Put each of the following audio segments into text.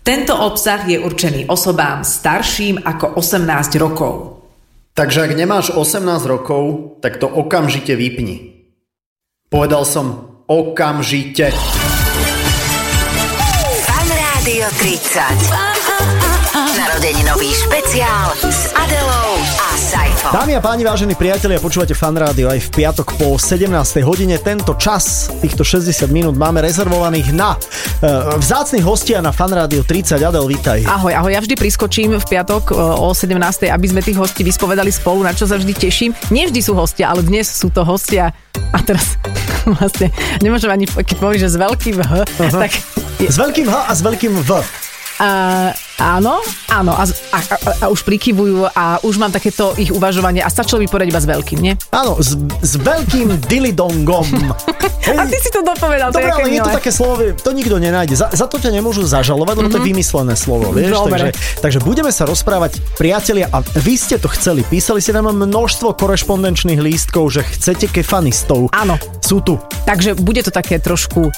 Tento obsah je určený osobám starším ako 18 rokov. Takže ak nemáš 18 rokov, tak to okamžite vypni. Povedal som okamžite. Fan Rádio 30. Narodeninový špeciál s Adelou a Saifom. Dámy a páni, vážení priatelia, počúvate fan rádio aj v piatok po 17. hodine. Tento čas, týchto 60 minút máme rezervovaných na uh, vzácnych hostia na fan rádio 30. Adel, vítaj. Ahoj, ahoj, ja vždy priskočím v piatok e, o 17. aby sme tých hostí vyspovedali spolu, na čo sa vždy teším. Nie vždy sú hostia, ale dnes sú to hostia. A teraz vlastne nemôžem ani, keď povieš, že s veľkým H, tak je, S veľkým H a s veľkým V. a, áno, áno, a, z- a, a, a už prikyvujú a už mám takéto ich uvažovanie a stačilo by povedať iba s veľkým, nie? Áno, s, s veľkým dilidongom. A ty si to dopovedal, Dobre, to ale je, aké je to milé. také slovo, to nikto nenájde. Za, za to ťa nemôžu zažalovať, lebo to je vymyslené slovo, vieš? Takže, Mhm. Dobre. takže budeme sa rozprávať, priatelia, a vy ste to chceli. Písali ste nám množstvo korešpondenčných lístkov, že chcete kefanistov. Áno. Sú tu. Takže bude to také trošku...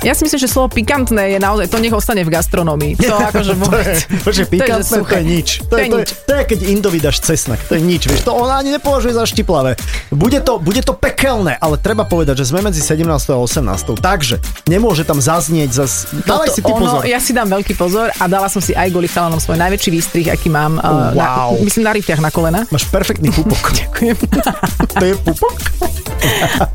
Ja si myslím, že slovo pikantné je naozaj, to nech ostane v gastronomii. To akože to vôbec. je, bože, že pikantné, to suché. je nič. To je, to, je, nič. to je, keď Indovi dáš cesnak, to je nič, vieš, to ona ani nepovažuje za štiplavé. Bude to, bude to pekelné, ale treba povedať, že sme medzi 17. a 18. Takže nemôže tam zaznieť zas... No Dávaj to si ty ono, pozor. ja si dám veľký pozor a dala som si aj kvôli chalanom svoj najväčší výstrih, aký mám, eh, Wow. na, myslím na rifťach na kolena. Máš perfektný pupok. Ďakujem. to je pupok?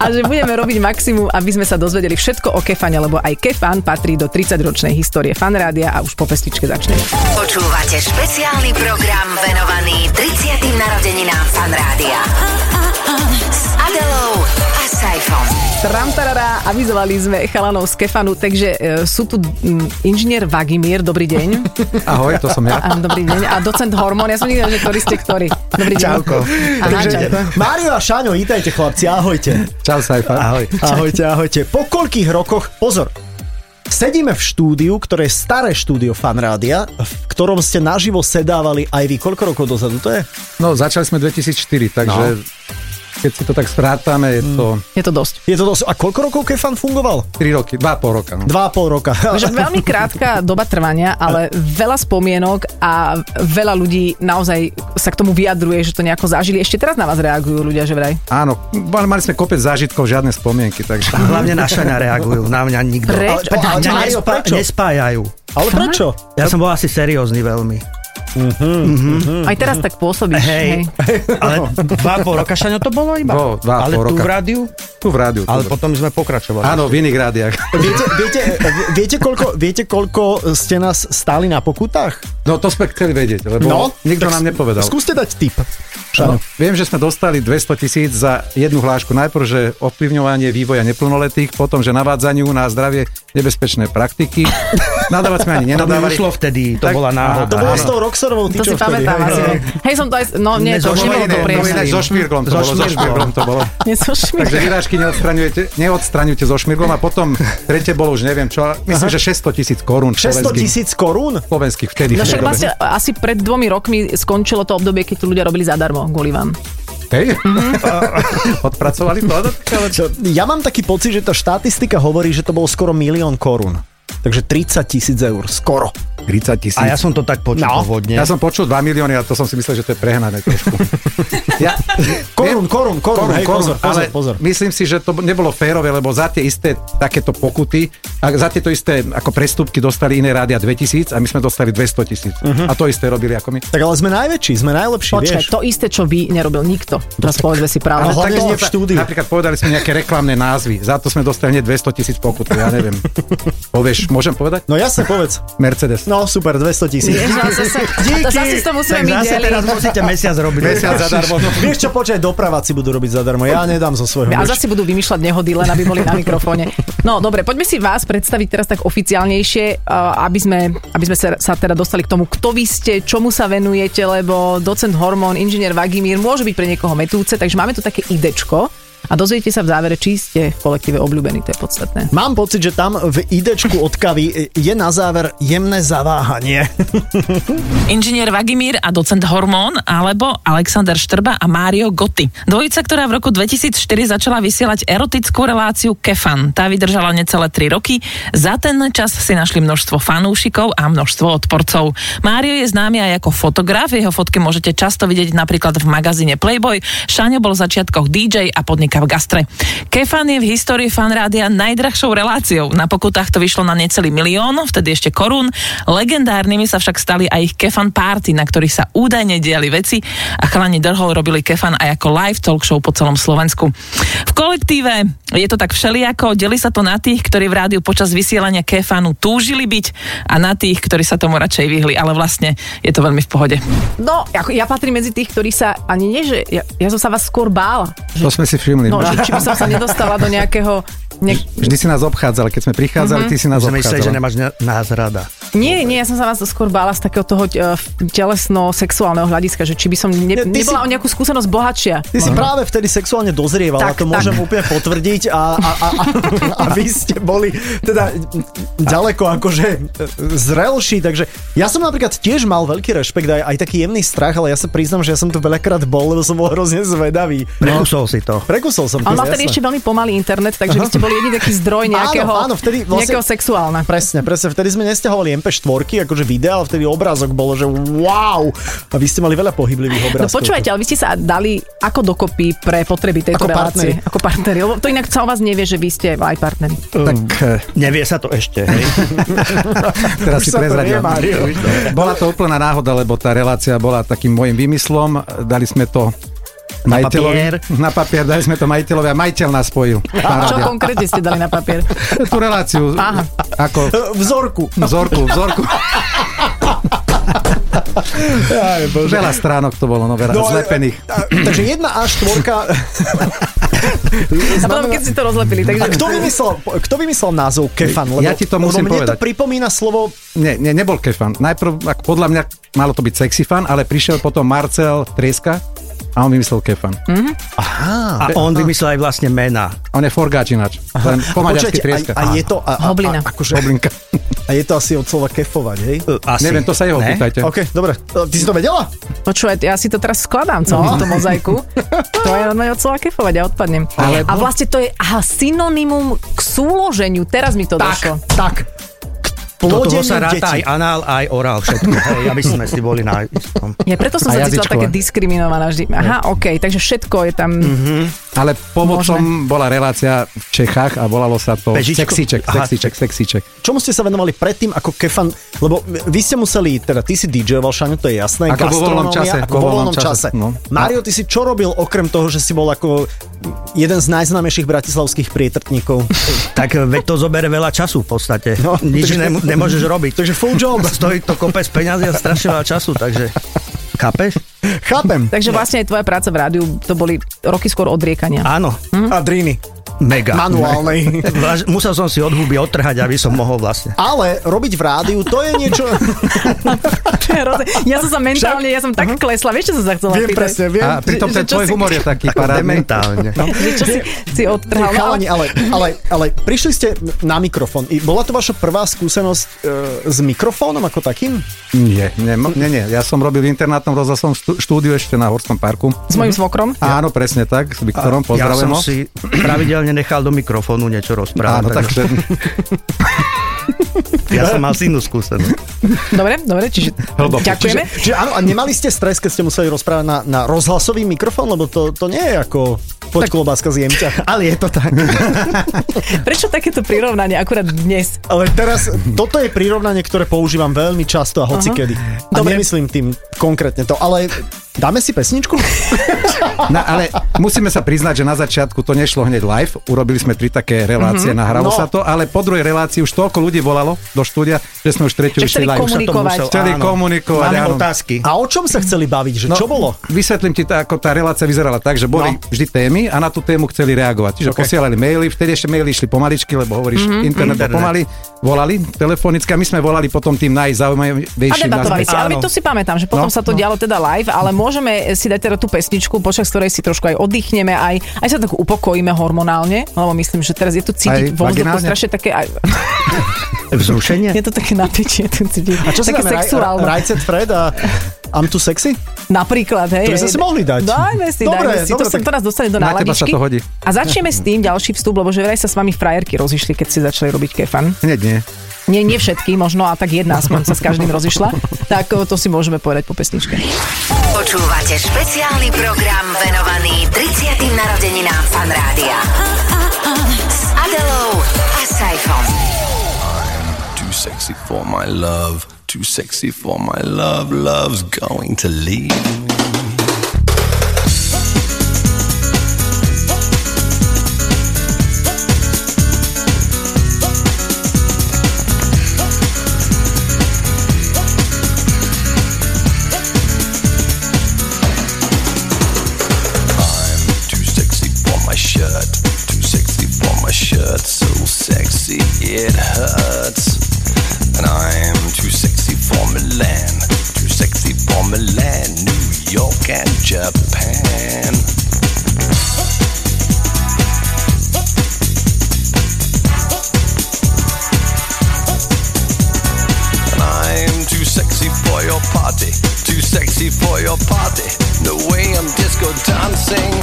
A že budeme robiť maximum, aby sme sa dozvedeli všetko o kefane, lebo aj kefan patrí do 30-ročnej histórie fanrádia a už po pesničke začne. Počúvate špeciálny program venovaný 30. narodeninám Fan Rádia. S Adelou a Saifom. Tramtarara, avizovali sme chalanov z kefanu, takže e, sú tu mm, inžinier Vagimír, dobrý deň. Ahoj, to som ja. A, dobrý deň. A docent Hormón, ja som nikdy neviem, že ktorý ste ktorý. Dobrý deň. Čauko. Aha, Takže čauko. Mário a Šáňo, vítajte chlapci, ahojte. Čau, Saifa. Ahoj. Ahojte, ahojte. Po koľkých rokoch, pozor, sedíme v štúdiu, ktoré je staré štúdio fanrádia, v ktorom ste naživo sedávali aj vy. Koľko rokov dozadu to je? No, začali sme 2004, takže keď No. si to tak sprátame, je to Mm. Je to dosť. Je to dosť... A koľko rokov Kefan fungoval? 3 roky, 2,5 roka. No. Dva a pol roka. Takže veľmi krátka doba trvania, ale veľa spomienok a veľa ľudí naozaj sa k tomu vyjadruje, že to nejako zažili. Ešte teraz na vás reagujú ľudia, že vraj. Áno, mali, mali sme kopec zážitkov, žiadne spomienky, takže... Hlavne naša nereagujú, na mňa nikto. No, Preč? Ale- A- ale- Mňa Mario, nespa- prečo? nespájajú. Ale prečo? Ja som bol asi seriózny veľmi. Aj teraz tak pôsobíš. Hej. Ale dva a pol roka, Šaňo, to bolo iba? No, dva a Ale pol tu roka. v rádiu? Tu v rádiu. tu Ale v- potom sme pokračovali. Áno, v iných rádiach. Viete, viete, viete, koľko, viete, koľko ste nás stáli na pokutách? No. No, to sme chceli vedieť, lebo No, No, nikto tak nám s- nepovedal. Skúste dať tip. No, Šano. viem, že sme dostali 200 tisíc za jednu hlášku. Najprv, že ovplyvňovanie vývoja neplnoletých, potom, že navádzaniu na zdravie nebezpečné praktiky. Nadávať sme ani To mi nenadávali. ušlo vtedy, to Tak- bola náhoda. To bolo s áno. tou Roxorovou To si tyčou vtedy. pamätám hej, asi. hej. no. Hej, som to aj... No nie, to už Ne, zo nebolo to šmírne, to To je je príjemné. ináč so šmirglom to So bolo, so šmirglom. šmirglom to bolo. Nie som šmírne. Takže vyrážky neodstraňujete, neodstraňujte so šmirglom a potom tretie bolo už neviem čo, ale myslím, že 600 tisíc korún 600 slovenských. tisíc korún? Slovenských vtedy. No v tej však dobe. vlastne asi pred dvomi rokmi skončilo to obdobie, keď tu ľudia robili zadarmo kvôli vám. Hej? Mhm. Odpracovali to? Čo, Ja mám taký pocit, že tá štatistika hovorí, že to bolo skoro milión korún. Takže 30 tisíc eur, skoro. 30 tisíc. A ja som to tak počul No. pôvodne. Ja som počul 2 milióny a to som si myslel, že to je prehnané trošku. Ja, Korún, korún, korún, hej, pozor, pozor, ale pozor. myslím si, že to nebolo férové, lebo za tie isté takéto pokuty, a za tieto isté ako prestupky dostali iné rádia 2000 a my sme dostali 200 tisíc. Mhm. A to isté robili ako my. Tak ale sme najväčší, sme najlepší, Počkaj, vieš. to isté, čo vy nerobil nikto. Teraz povedzme si Ale pravdu. hlavne Tak nie v sme sa- štúdiu. Napríklad povedali sme nejaké reklamné názvy. Za to sme dostali hneď 200 tisíc pokut. Ja neviem. Povieš, môžem povedať? No jasne, povedz. Mercedes. No super, 200 tisíc. Ježiš, ale zase, Díky. zase to musíme tak my zase deliť. teraz musíte mesiac robiť. Mesiac zadarmo. Vieš čo, počkaj, dopraváci budú robiť zadarmo, ja nedám zo svojho. A vieš. zase budú vymýšľať nehody, len aby boli na mikrofóne. No dobre, poďme si vás predstaviť teraz tak oficiálnejšie, eh, aby sme, aby sme sa, sa teda dostali k tomu, kto vy ste, čomu sa venujete, lebo docent Hormón, inžinier Vagimír môže byť pre niekoho metúce, takže máme tu také idečko. a dozviete sa v závere, či ste v kolektíve obľúbení, to je podstatné. Mám pocit, že tam v idečku od kavy e, je na záver jemné zaváhanie. Inžinier Vagimír a docent Hormón alebo Alexander Štrba a Mário Gotti. Dvojica, ktorá v roku 2004 začala vysielať erotickú reláciu Kefan. Tá vydržala necelé 3 roky. Za ten čas si našli množstvo fanúšikov a množstvo odporcov. Mário je známy aj ako fotograf. Jeho fotky môžete často vidieť napríklad v magazíne Playboy. Šáňo bol v začiatkoch DJ a podniká v gastre. Kefan je v histórii fanrádia najdrahšou reláciou. Na pokutách to vyšlo na necelý milión, vtedy ešte korún. Legendárnymi sa však stali aj ich kefan party, na ktorých sa údajne diali veci a chalani drhol robili kefan aj ako live talk show po celom Slovensku. V kolektíve je to tak všelijako, delí sa to na tých, ktorí v rádiu počas vysielania kefanu túžili byť a na tých, ktorí sa tomu radšej vyhli, ale vlastne je to veľmi v pohode. No, ako ja patrím medzi tých, ktorí sa ani nie, že ja, ja som sa vás skôr bála. To sme si všimli. No, že, či by som sa nedostala do nejakého... Ne, Vždy si nás obchádzal, keď sme Mhm. prichádzali, ty si nás Že myslíš, že obchádzal. nemáš ne- nás rada. nie, nie, ja som sa vás skôr bála z takého toho eh, telesno-sexuálneho hľadiska, že či by som ne, ty si- nebola o nejakú skúsenosť bohatšia. Ty si práve vtedy sexuálne dozrieval, tak, Tak, to tak. môžem úplne potvrdiť a, a, a, a, a vy ste boli teda ďaleko akože zrelší, takže ja som napríklad tiež mal veľký rešpekt aj, aj taký jemný strach, ale ja sa priznam, že ja som tu veľakrát bol, lebo som bol hrozne zvedavý. No, Prekusol si to. Prekusol som to, A on mal vtedy ešte jasné. veľmi pomalý internet, takže vy ste boli jediný taký zdroj nejakého, áno, vtedy vlastne- nejakého sexuálna. Presne, presne, vtedy sme nestiahovali MP4, akože videa, ale vtedy obrázok bolo, že wow! A vy ste mali veľa pohyblivých No obrázkov. počúvajte, ale vy ste sa dali ako dokopy pre potreby tejto Ako partneri. relácie. Ako partneri. Lebo to inak sa o vás nevie, že vy ste aj partneri. Tak Mm. eh, Nevie sa to ešte, hej? teraz Už si sa to vie, prezradil. Mário, už to- Bola to úplná náhoda, lebo tá relácia bola takým môjim vymyslom. Dali sme to papier. majiteľovi. Na papier. dali sme to majiteľovi a majiteľ nás spojil. Pán Čo Radia. konkrétne ste dali na papier? Tú reláciu. Aha. Ako Vzorku. vzorku, vzorku. Aj, bože. Veľa stránok to bolo, no veľa No, ale- zlepených. a- Takže jedna až štvorka. A potom, No, keď ste to rozlepili, A takže... kto vymyslel, kto vymyslel názov kefan? Ja ti to musím lebo mne to povedať. pripomína slovo... Nie, nie, nebol kefan. Najprv, ako podľa mňa, malo to byť sexy fan, ale prišiel potom Marcel Trieska a on vymyslel kefan. Mm. A No. on vymyslel aj vlastne mená. On je forgáč ináč. Len po maďarsky Počujete, Trieska. a, a, je to, a, a, Hoblina. A, akože, Blinka. a je to asi od slova kefovať, hej? E, Asi. Neviem, to sa jeho Ne? pýtajte. OK, dobre. E, Ty si to vedela? Počúvaj, No ja si to teraz skladám celú No. túto mozaiku. To je normálne od slova kefovať, ja odpadnem. Alebo- A vlastne to je aha, synonymum k súloženiu. Teraz mi to došlo. Tak. Do toho Plodeniu sa ráta deti. aj anál, aj orál, všetko. Hej, aby sme si boli na istom. Ja preto som A sa cítila jazyčkové. také diskriminovaná vždy. Aha, OK, takže všetko je tam... Mhm. Ale pomocom bola relácia v Čechách a volalo sa to Pežičko? Sexíček, Aha. Sexíček, Sexíček. Čomu ste sa venovali predtým ako kefan? Lebo vy ste museli, teda ty si DJ-oval, Šaňo, to je jasné. Ako vo voľnom gastronómia, čase, Ako vo voľnom čase. no. Mario, ty si čo robil okrem toho, že si bol ako jeden z najznámejších bratislavských prietrtníkov? Tak e, veď to zobere veľa času v podstate. No, Nič takže- nemo- nemôžeš robiť. Takže full job. Stojí to kopec peňazí a strašne veľa času, takže... Chápeš? Chápem. Takže vlastne aj tvoja práca v rádiu, to boli roky skôr odriekania. Áno, A dríny. mega. Manuálnej. Váž- Musel som si od huby otrhať, aby som mohol vlastne. Ale robiť v rádiu, to je niečo... ja som sa mentálne, ja som tak klesla, vieš, čo som sa Mhm. chcela Viem pýtať? presne, viem. A pritom že ten čo tvoj si- humor je taký No, parádny. Mentálne. Že čo si, si odtrhal. No, Chalani, ale- ale, ale, ale prišli ste na mikrofón. I bola to vaša prvá skúsenosť e, s mikrofónom ako takým? Nie, nie, mo- nie, nie. Ja som robil v internátnom rozhlasovom štú- štúdiu ešte na Horskom parku. S mojim svokrom? Áno, presne tak, s Viktorom, Ja pozdravujem som ho. si pravidelne nechal do mikrofónu niečo rozprávať. Áno, tak, takže Ja som mal inú skúsenosť. Mhm. Dobre, dobre, čiže Hlboko. ďakujeme. Čiže áno, a nemali ste stres, keď ste museli rozprávať na, na rozhlasový mikrofón, lebo to, to nie je ako poď klobáska z jemťa. Ale je to tak. Prečo takéto prirovnanie akurát dnes? Ale teraz, toto je prirovnanie, ktoré používam veľmi často a hocikedy. A Dobre. nemyslím tým konkrétne to, ale dáme si pesničku? Na, ale musíme sa priznať, že na začiatku to nešlo hneď live. Urobili sme tri také relácie, mm-hmm. nahralo No. no. sa to, ale po druhej relácii už toľko ľudí volalo do štúdia, že sme už tretiu Že išli chceli live. komu- Komunikovať. musel- Chceli áno. komunikovať, Máme áno. No. otázky. A o čom sa chceli baviť? Že čo bolo? Vysvetlím ti, tá, ako tá relácia vyzerala tak, že boli no. vždy témy a na tú tému chceli reagovať. Čiže okay. posielali maily, vtedy ešte maily išli pomaličky, lebo hovoríš mm-hmm. internet, bol Internet. pomaly. volali telefonicky a my sme volali potom tým A najzaujímavejším. debatovali ste. Ale Áno. to si pamätám, že potom No, sa to no. dialo teda live, ale môžeme si dať teda tú pesničku, počas ktorej si trošku aj oddychneme, aj, aj sa tak upokojíme hormonálne, lebo myslím, že teraz je tu cítiť Aj vo vzduchu vaginálne? strašne také, aj, Vzrušenie? je to také napäčie, tu cítiť. A čo si také dáme? Ra- sexuálne. Rajcet Fred a I'm too sexy? Napríklad, hej. To by sme hej. si mohli dať. Dajme si, Dobre, dajme si. dobre, to, sa, tak to nás dostane do Na teba náladičky. sa to hodí. A začneme s tým ďalší vstup, lebo že vraj sa s vami frajerky rozišli, keď ste začali robiť kefan. Hneď nie. Nie, nie všetky možno, a tak jedna aspoň sa s každým rozišla. Tak o, to si môžeme povedať po pesničke. Počúvate špeciálny program venovaný 30. narodeninám fanrádia. S Adelou a Saifom. Too sexy for my love. Too sexy for my love. Love's going to leave. I'm too sexy for my shirt. Too sexy for my shirt. So sexy it hurts. And I'm too sexy for Milan. Too sexy for Milan, New York, and Japan. And I'm too sexy for your party. Too sexy for your party. No way I'm disco dancing.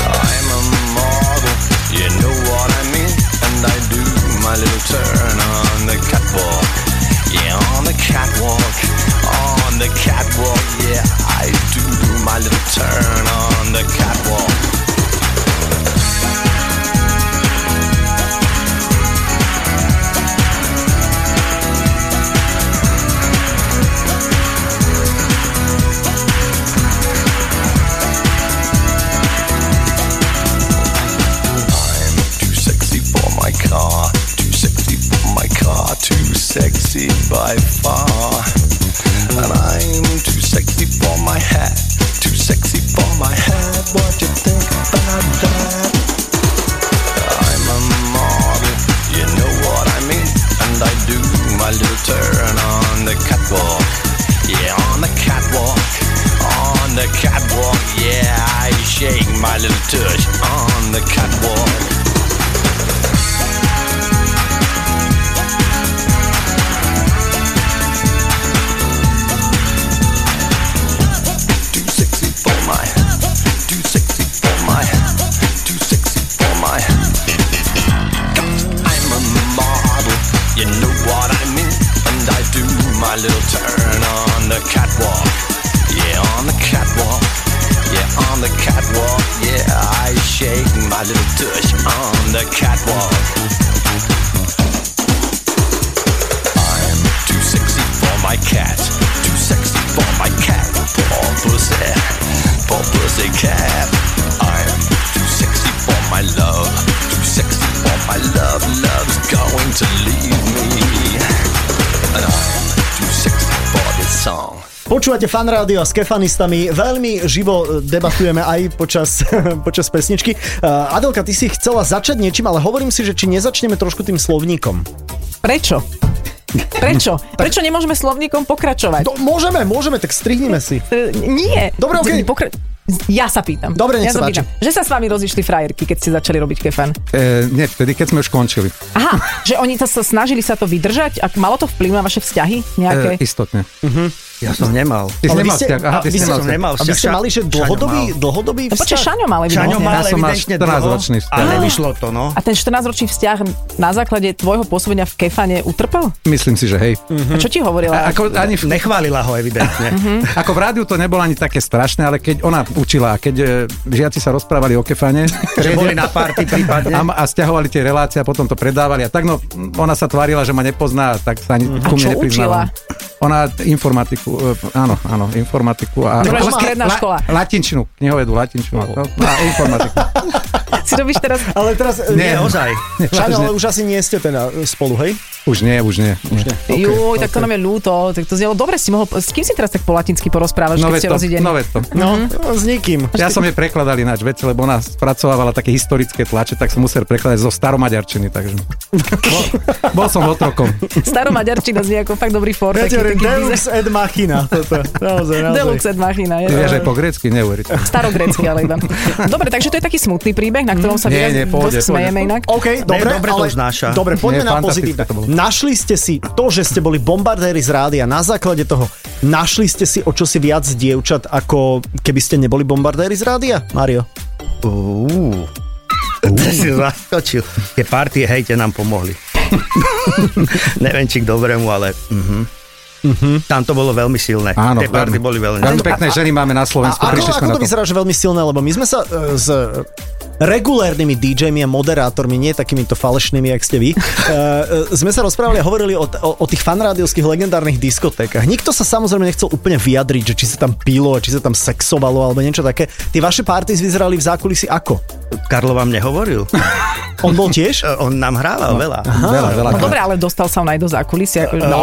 I'm a model, you know what I mean? And I do my little turn on the catwalk. Yeah, on the catwalk, on the catwalk. Yeah, I do my little turn on the catwalk. I'm too sexy for my car, too sexy for my car, too sexy by far. And I'm too sexy for my hat, too sexy for my hat. What you think about that? I'm a model, you know what I mean, and I do my little turn on the catwalk. Yeah, on the catwalk, on the catwalk. Yeah, I shake my little tush on the catwalk. Too sexy for my, too sexy for my, too sexy for my. I'm a model, you know what I mean, and I do my little turn on the catwalk. Yeah, on the catwalk. Yeah, on the catwalk. Yeah, I shake my little tush on the catwalk. I'm too sexy for my cat. Too sexy for my cat. Poor pussy. Poor pussy cat. I'm too sexy for my love. Too sexy for my love. Love's going to leave me. And I'm too sexy for this song. Počúvate fan rádio a s kefanistami veľmi živo e, debatujeme aj počas, počas pesničky. Uh, Adelka, ty si chcela začať niečím, ale hovorím si, že či nezačneme trošku tým slovníkom. Prečo? Prečo? Prečo nemôžeme slovníkom pokračovať? To, môžeme, môžeme, tak strihnime si. E, Nie. Dobre, okej. Pokra- ja sa pýtam. Dobre, nech sa ja páči. pýtam. Že sa s vami rozišli frajerky, keď ste začali robiť kefan? E, nie, vtedy, keď sme už končili. Aha, že oni sa, sa snažili sa to vydržať? A malo to vplyv na vaše vzťahy E, nejaké? No istotne. Ja som nemal. Ty si Ale vy nemal ste- vzťah. Aha, a ty vy si ste- nemal som vzťah. nemal A vy ste vzťah. mali, že Šaňo dlhodobý, mal. dlhodobý No počkaj, vzťah? Šaňo mal Čaňo evidentne. mal som mal evidentne 14 dlho, ročný vzťah. Ale nevyšlo to, no. A ten 14-ročný vzťah na základe tvojho pôsobenia v kefane utrpel? Myslím si, že hej. A čo ti hovorila? A, ako, ani v, Mhm. Nechválila ho evidentne. ako v rádiu to nebolo ani také strašné, ale keď ona učila, keď e, žiaci sa rozprávali o kefane Že boli na party prípadne. a, a stiahovali tie relácie a potom to predávali a tak no, ona sa tvárila, že ma nepozná, tak sa ani ku Mhm. čo mne nepriznala. Ona informatiku, e, áno, áno, informatiku a... Dobre, že la- stredná la- škola. Latinčinu, knihovedu, latinčinu a, a informatiku. si robíš teraz... Ale teraz... Nie, Ozaj. Šaňo, ale vážne. už asi nie ste teda e, spolu, hej? Už nie, už nie. Už nie. Okay, Juj, tak to nám je ľúto. Tak to znelo dobre, si mohol... S kým si teraz tak po latinsky porozprávaš, No keď veď ste to, rozidení? no veď to. No, s nikým. Ja som jej prekladal ináč vec, lebo ona spracovávala také historické tlače, tak som musel prekladať zo staromaďarčiny, takže... Bol, bol som otrokom. Staromaďarčina znie ako fakt dobrý for. Ja ti taký- hovorím, taký Deus bizar- et machina. Toto, naozaj, naozaj. Deluxe et machina. je Ty to- vieš aj po grécky, neuveriteľné. Starogrécky, ale iba. Dobre, takže to je taký smutný príbeh, na ktorom sa Nie, výrazne nie, pohode, dosť pohode. smejeme inak. OK, dobre, dobre to ale, vznáša. Dobre, poďme Nie, na fantastické pozitívne. to bolo. Našli ste si to, že ste boli bombardéri z rádia, na základe toho, našli ste si o čosi viac dievčat, ako keby ste neboli bombardéri z rádia, Mario? Uú. To si zaskočil. Tie party hejte nám pomohli. Neviem, či k dobrému, ale... Mhm. Tam to bolo veľmi silné. Áno, Tie party veľmi. boli veľmi Veľmi pekné ženy máme na A Slovensku, ako, prišli sme ako na to to. vyzerá, že veľmi silné, lebo my sme sa e, s regulérnymi DJmi a moderátormi, nie takýmito falešnými, jak ste vy, e, e, sme sa rozprávali a hovorili o, t- o, o tých fanrádiovských legendárnych diskotékach. Nikto sa samozrejme nechcel úplne vyjadriť, že či sa tam pilo, a či sa tam sexovalo alebo niečo také. Tie vaše party vyzerali v zákulisí ako? Karlo vám nehovoril? On bol tiež? E, On nám hrával veľa. Veľa, veľa. No dobre, ale dostal sa on aj do zákulisia. Akože, No,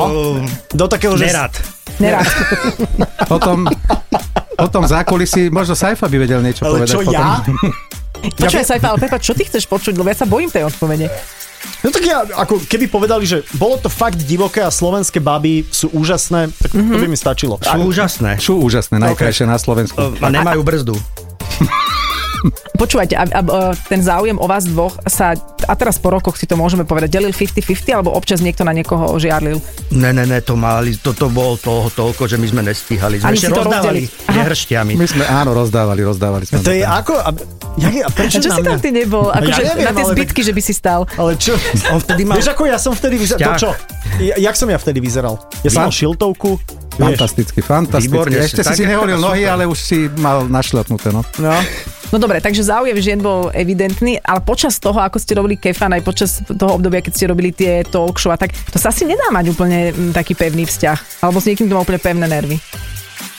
Do takého, že... nerad. Nerad. Potom, potom za kulisy, možno Saifa by vedel niečo Ale povedať. čo, potom. ja? Počúvaj sa, ale Pepa, čo ty chceš počuť? Lebo ja sa bojím tej odpovede. No tak ja, ako keby povedali, že bolo to fakt divoké a slovenské baby sú úžasné, tak to by mi stačilo. Sú úžasné. Sú úžasné, najkrajšie na Slovensku. E, A nemajú brzdu. Počúvajte, a, a, a ten záujem o vás dvoch sa, a teraz po rokoch si to môžeme povedať, delil 50-50, alebo občas niekto na niekoho žiarlil. Ne, ne, ne, to mali, toto bolo toho toľko, že my sme nestíhali. Sme Ani ešte si to rozdávali rozdeliť. Aha. nehršťami. My sme, áno, rozdávali, rozdávali sme. To je dobre. ako... A, ja, a A prečo čo na si mňa? No tam ty nebol? Akože neviem, na tie ale tak- zbytky, že by si stal. Ale čo? On vtedy mal... Vieš, ako ja som vtedy vyzeral? To Vzťah. čo? Ja, jak som ja vtedy vyzeral? Ja som Vy- mal šiltovku. Vieš, Fantasticky, fantasticky. Výborne, Ešte si tak- si neholil nohy, ale už si mal našľapnuté, no. no. No dobre, takže záujem žien bol evidentný, ale počas toho, ako ste robili kefan, aj počas toho obdobia, keď ste robili tie talk show a tak, to sa asi nedá mať úplne mm, taký pevný vzťah. Alebo s niekým, kto má úplne pevné nervy.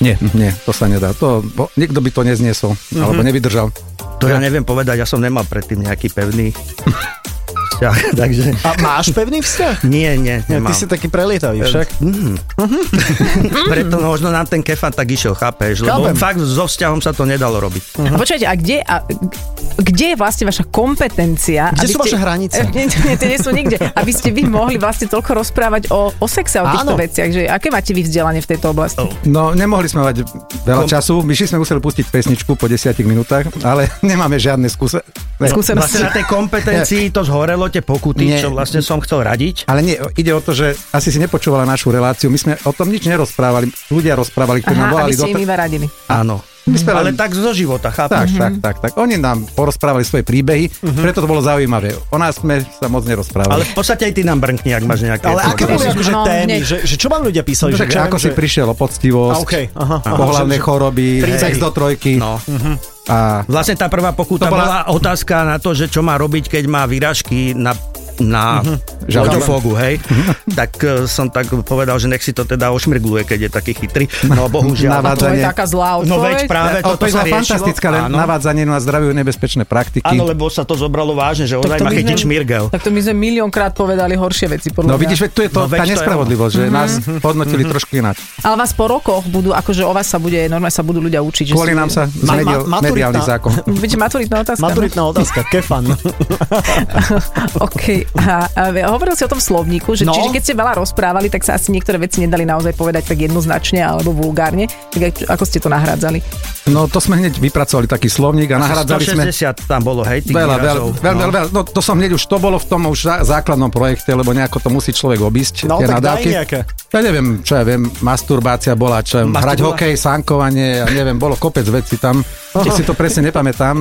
Nie, nie, to sa nedá. To, bo, niekto by to nezniesol, alebo nevydržal. To ja neviem povedať, ja som nemal predtým nejaký pevný vzťah, takže... A máš pevný vzťah? Nie, nie, Ja, No, nemám. ty si taký prelietavý však. Mm. Preto možno nám ten kefan tak išiel, chápeš? Lebo Chápem. Mm. fakt so vzťahom sa to nedalo robiť. Mhm. A počkajte, a kde, a kde je vlastne vaša kompetencia? Kde aby sú vaše hranice? Eh, Nie, nie, tie nie sú nikde. Aby ste vy mohli vlastne toľko rozprávať o, o sexe, a o týchto Áno. veciach. Že aké máte vy vzdelanie v tejto oblasti? No, nemohli sme mať veľa času, my sme museli pustiť pesničku po 10 minútach, ale nemáme žiadne skúse... Ne, Vlastne Skúsenosti. na tej kompetencii to zhorelo, tie pokuty, Nie. čo vlastne som chcel radiť. Ale nie, ide o to, že asi si nepočúvala našu reláciu, my sme o tom nič nerozprávali, ľudia rozprávali, ktorí No, nám Aha, aby volali ste do... im iba radili. Áno. My sme Ale len- tak zo života, Tak, chápeš? tak, tak, tak. Oni nám porozprávali svoje príbehy, preto to bolo zaujímavé. O nás sme sa moc Ale nerozprávali. v podstate aj ty nám brnkni, ak máš nejaké... Ale aké boli Ježiš, akože no, témy? mne- Že, že čo vám ľudia písali? Že, No, tak, čo ja ako viem, si že- prišiel o A, poctivosť, okej, aha, aha. Že- pohľavné že- choroby, sex do trojky No. a Vlastne tá prvá pokuta To bola... bola- bola otázka na to, že čo má robiť, keď má výražky na na Mhm. Žalúdok. loďofogu, hej. tak e, som tak povedal, že nech si to teda ošmrgluje, keď je taký chytrý. No bohužiaľ. Navádzanie. To je Zadanie. taká zlá No odpoveď. veď práve Ale toto E, to bola sa riešilo. fantastická, len Áno. navádzanie na zdraviu nebezpečné praktiky. Áno, lebo sa to zobralo vážne, že ozaj to ma by chytiť sme- šmirgel. Tak to my sme miliónkrát povedali horšie veci, podľa No vidíš, mňa. veď tu je to No, veď tá to je Mhm. nespravodlivosť, že nás hodnotili trošku ináč. Ale vás po rokoch budú, akože o vás sa bude, normálne sa budú ľudia učiť. že Kvôli ste- nám sa Ma- ma- zmenil maturitná- mediálny zákon. Viete, maturitná otázka. no? Maturitná otázka, kefan. OK. A, a hovoril si o tom slovníku, že no. No. čiže keď ste veľa rozprávali, tak sa asi niektoré veci nedali naozaj povedať tak jednoznačne alebo vulgárne. Tak ak- ako ste to nahradzali? No to sme hneď vypracovali taký slovník a nahradzali sme 160 tam bolo, hej, tých Veľa, veľa, výrazov. veľa, veľa, veľa, no to som hneď už, to bolo v tom už zá- základnom projekte, lebo nejako to musí človek obísť. No, tie tak daj nadávky. nejaké. Ja neviem, čo ja viem, masturbácia bola, čo ja viem, hrať Masturba- hokej, sankovanie, ja neviem, bolo kopec veci tam, tiež si to presne nepamätám.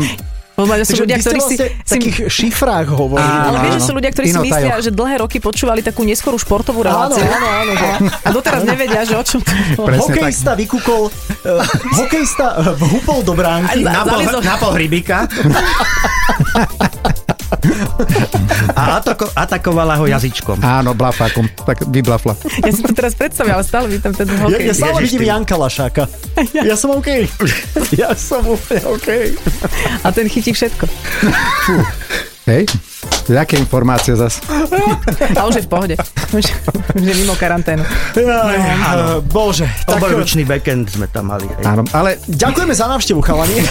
Lebo sú Takže ľudia, vy ste ktorí si... vlastne v si takých šifrách ale hovorili. vieš, že áno. sú ľudia, ktorí si Inotajoch. myslia, že dlhé roky počúvali takú neskorú športovú Áno, reláciu. áno, áno. že- A doteraz nevedia, že o čom to bolo. Presne Hokejista vykúkol, eh, hokejista eh, vhupol do bránky. A- Na, pol, Zalizo- na pol hrybíka. a atako, atakovala ho jazyčkom. Áno, blafákom, tak vyblafla. Ja si to teraz predstavím, ale stále vidím tam ten Ja, hokej. ja stále Ježiš, vidím ty. Janka Lašáka. Ja som OK. Ja som úplne OK. A ten chytí všetko. Hej, máte také informácie zase. A už je v pohode. Už, už je mimo karanténu. Aj, eh, Bože. Tak, Obojručný backend sme tam mali. Hej. Áno, ale ďakujeme za návštevu, chalani.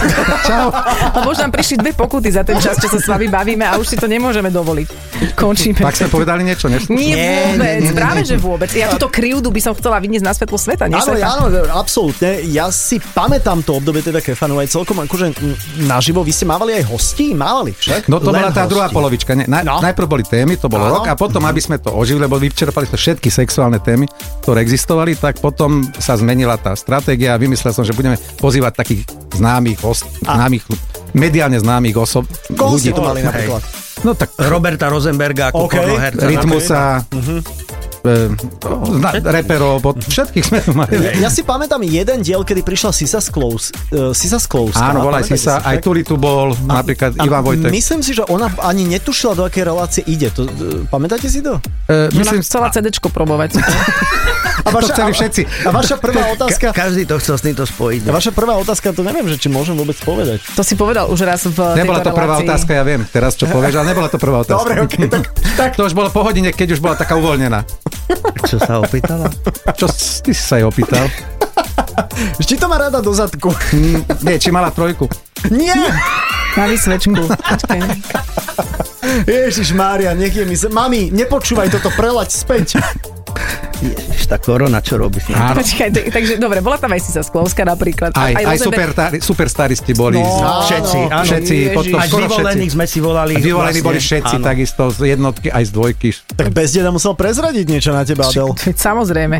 Čau. Lebo už nám prišli dve pokuty za ten čas, čo sa s vami bavíme a už si to nemôžeme dovoliť. Končíme. tak sme povedali niečo, ne? Nie, Nie, vôbec, nie, nie, nie, práve že vôbec. Ja túto krivdu by som chcela vyniesť na svetlo sveta. nie Áno, sveta. áno, absolútne. Ja si pamätám to obdobie teda Kefanu aj celkom akože m, naživo. Vy ste mávali aj hostí? Mávali však? No to Len bola tá hosti. druhá polovička. Ne, na, No. no. Najprv boli témy, to bol Áno. rok, a potom, aby sme to ožili, lebo vyčerpali sme všetky sexuálne témy, ktoré existovali, tak potom sa zmenila tá stratégia a vymyslel som, že budeme pozývať takých známych, host, známych mediálne známych osob, Koho ste ľudí. to mali Hej. napríklad? No tak Roberta Rosenberga ako OK. okay. pornoherca. Rytmusa, e, zna- reperov, pod všetkých sme tu mali. Ja, ja si pamätám jeden diel, kedy prišla Sisa Sklows. Uh, Sisa Sklows. Áno, volaj no, si sa, aj Tuli tu bol, napríklad Ivan Vojtek. Myslím si, že ona ani netušila, do akej relácie ide. To, e, pamätáte si to? E, Ona Myslím, chcela CDčko probovať. A vaša, chceli a- všetci. A vaša prvá otázka... Ka- každý to chcel s týmto spojiť. A vaša prvá otázka, to neviem, že či môžem vôbec povedať. To si povedal už raz v Nebola to tejto prvá relácii. otázka, ja viem teraz, čo povieš, ale nebola to prvá otázka. Dobre, okej, tak- tak. To už bolo po hodine, keď už bola taká uvoľnená. Čo sa opýtala? Čo s- ty si sa jej opýtal? Či to má rada do zadku? Mm, nie, či mala trojku? Nie! Mali svečku. Počkaj. Ježiš Mária, nech je mi... z- Mami, nepočúvaj toto, prelaď späť. Ježiš, tá korona, čo robí s nami? Áno. Počkaj, tak- takže dobre, bola tam aj Sisa Sklovská napríklad. Aj, aj Rosenberg. supertári, superstaristi boli. No, Všetci, áno. všetci, Ježiš. potom Až skoro vyvolených všetci. sme si volali. A vyvolení vlastne, boli všetci áno. takisto z jednotky aj z dvojky. Tak bez deda musel prezradiť niečo na teba, Adel. Veď Samozrejme.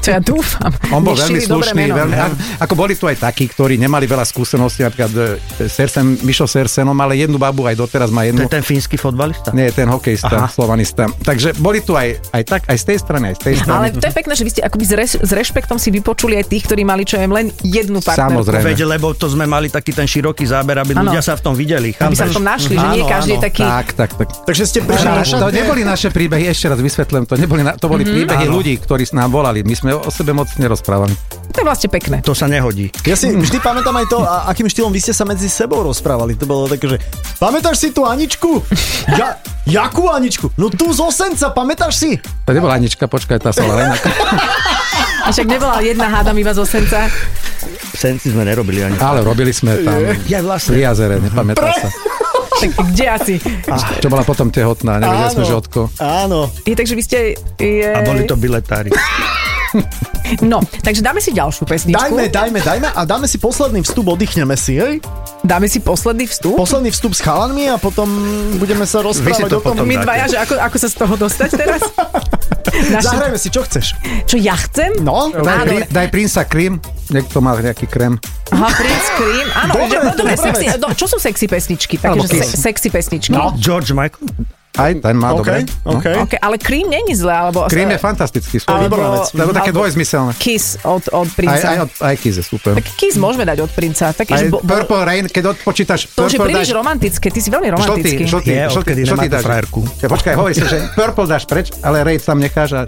To ja dúfam. On bol Nech veľmi šíri dobré slušný, meno. veľmi, a- ako boli tu aj takí, ktorí nemali veľa skúseností, napríklad e, Sersen, Mišo Sersenom, ale jednu babu aj doteraz má To jednu. je ten fínsky fotbalista? Nie, ten hokejista, Aha. slovanista. Takže boli tu aj, aj tak, aj z tej strany, aj z tej strany. Ale to je pekné, že vy ste akoby s, reš- s rešpektom si vypočuli aj tých, ktorí mali čo jem len jednu partnerku. Samozrejme. Veď, lebo to sme mali taký ten široký záber, aby Áno. ľudia sa v tom videli. Aby sa v tom našli, že nie Áno, každý je áno. taký... Tak, tak, tak. Takže ste prišli na To neboli naše príbehy, ešte raz vysvetlím, to, neboli na, to boli príbehy Áno. ľudí, ktorí s nám volali. My sme o sebe moc nerozprávali. To je vlastne pekné. To sa nehodí. Ja si vždy pamätám aj to, a akým štýlom vy ste sa medzi sebou rozprávali. To bolo také, že pamätáš si tú Aničku? Ja, jakú Aničku? No tú z Osenca, pamätáš si? To nebola Anička, počkaj, tá sa volala inak. A však nebola jedna hádam iba z osenca. Senci sme nerobili ani. Ale robili sme tam Ja pri vlastne. jazere, nepamätá sa. Tak kde asi? Čo bola potom tehotná, nevedeli sme, Áno. že odko. Áno. Je, takže vy ste... Je... A boli to biletári. No, takže dáme si ďalšiu pesničku. Dajme, dajme, dajme a dáme si posledný vstup, oddychneme si, hej? Dáme si posledný vstup. Posledný vstup s chalanmi a potom budeme sa si rozprávať to o tom. potom My dáte. dvaja, že ako, ako sa z toho dostať teraz? Naše, Zahrajme si, čo chceš. čo ja chcem? No, Daj, Áno. pri, daj Prinsa krím, niekto má nejaký krém. Aha, Prince Cream. Áno, Dobre, dobre, že, dobre, dobre sexy, vec. do, čo sú sexy pesničky? Také, Alebo že se, Kiss. sexy pesničky. No, George Michael. Aj ten má, OK, dobre. No, OK. Okay, ale Cream není zle, alebo... Krím je fantastický, svoj. Alebo- Lebo také alebo- dvojzmyselné. Kiss od, od Aj, Princa. aj, od- aj Kiss je super. Tak Kiss môžeme dať od Princa. Taký, Aj že bo, bo, Purple Rain, keď odpočítaš to už je Purple príliš dáš- romantické. Ty si veľmi romantický. Žltý, žltý, Je, žltý, odkedy žltý nemáte dáš. frajerku. Ja, počkaj, hovorí sa, že purple dáš preč, ale Raid tam necháš a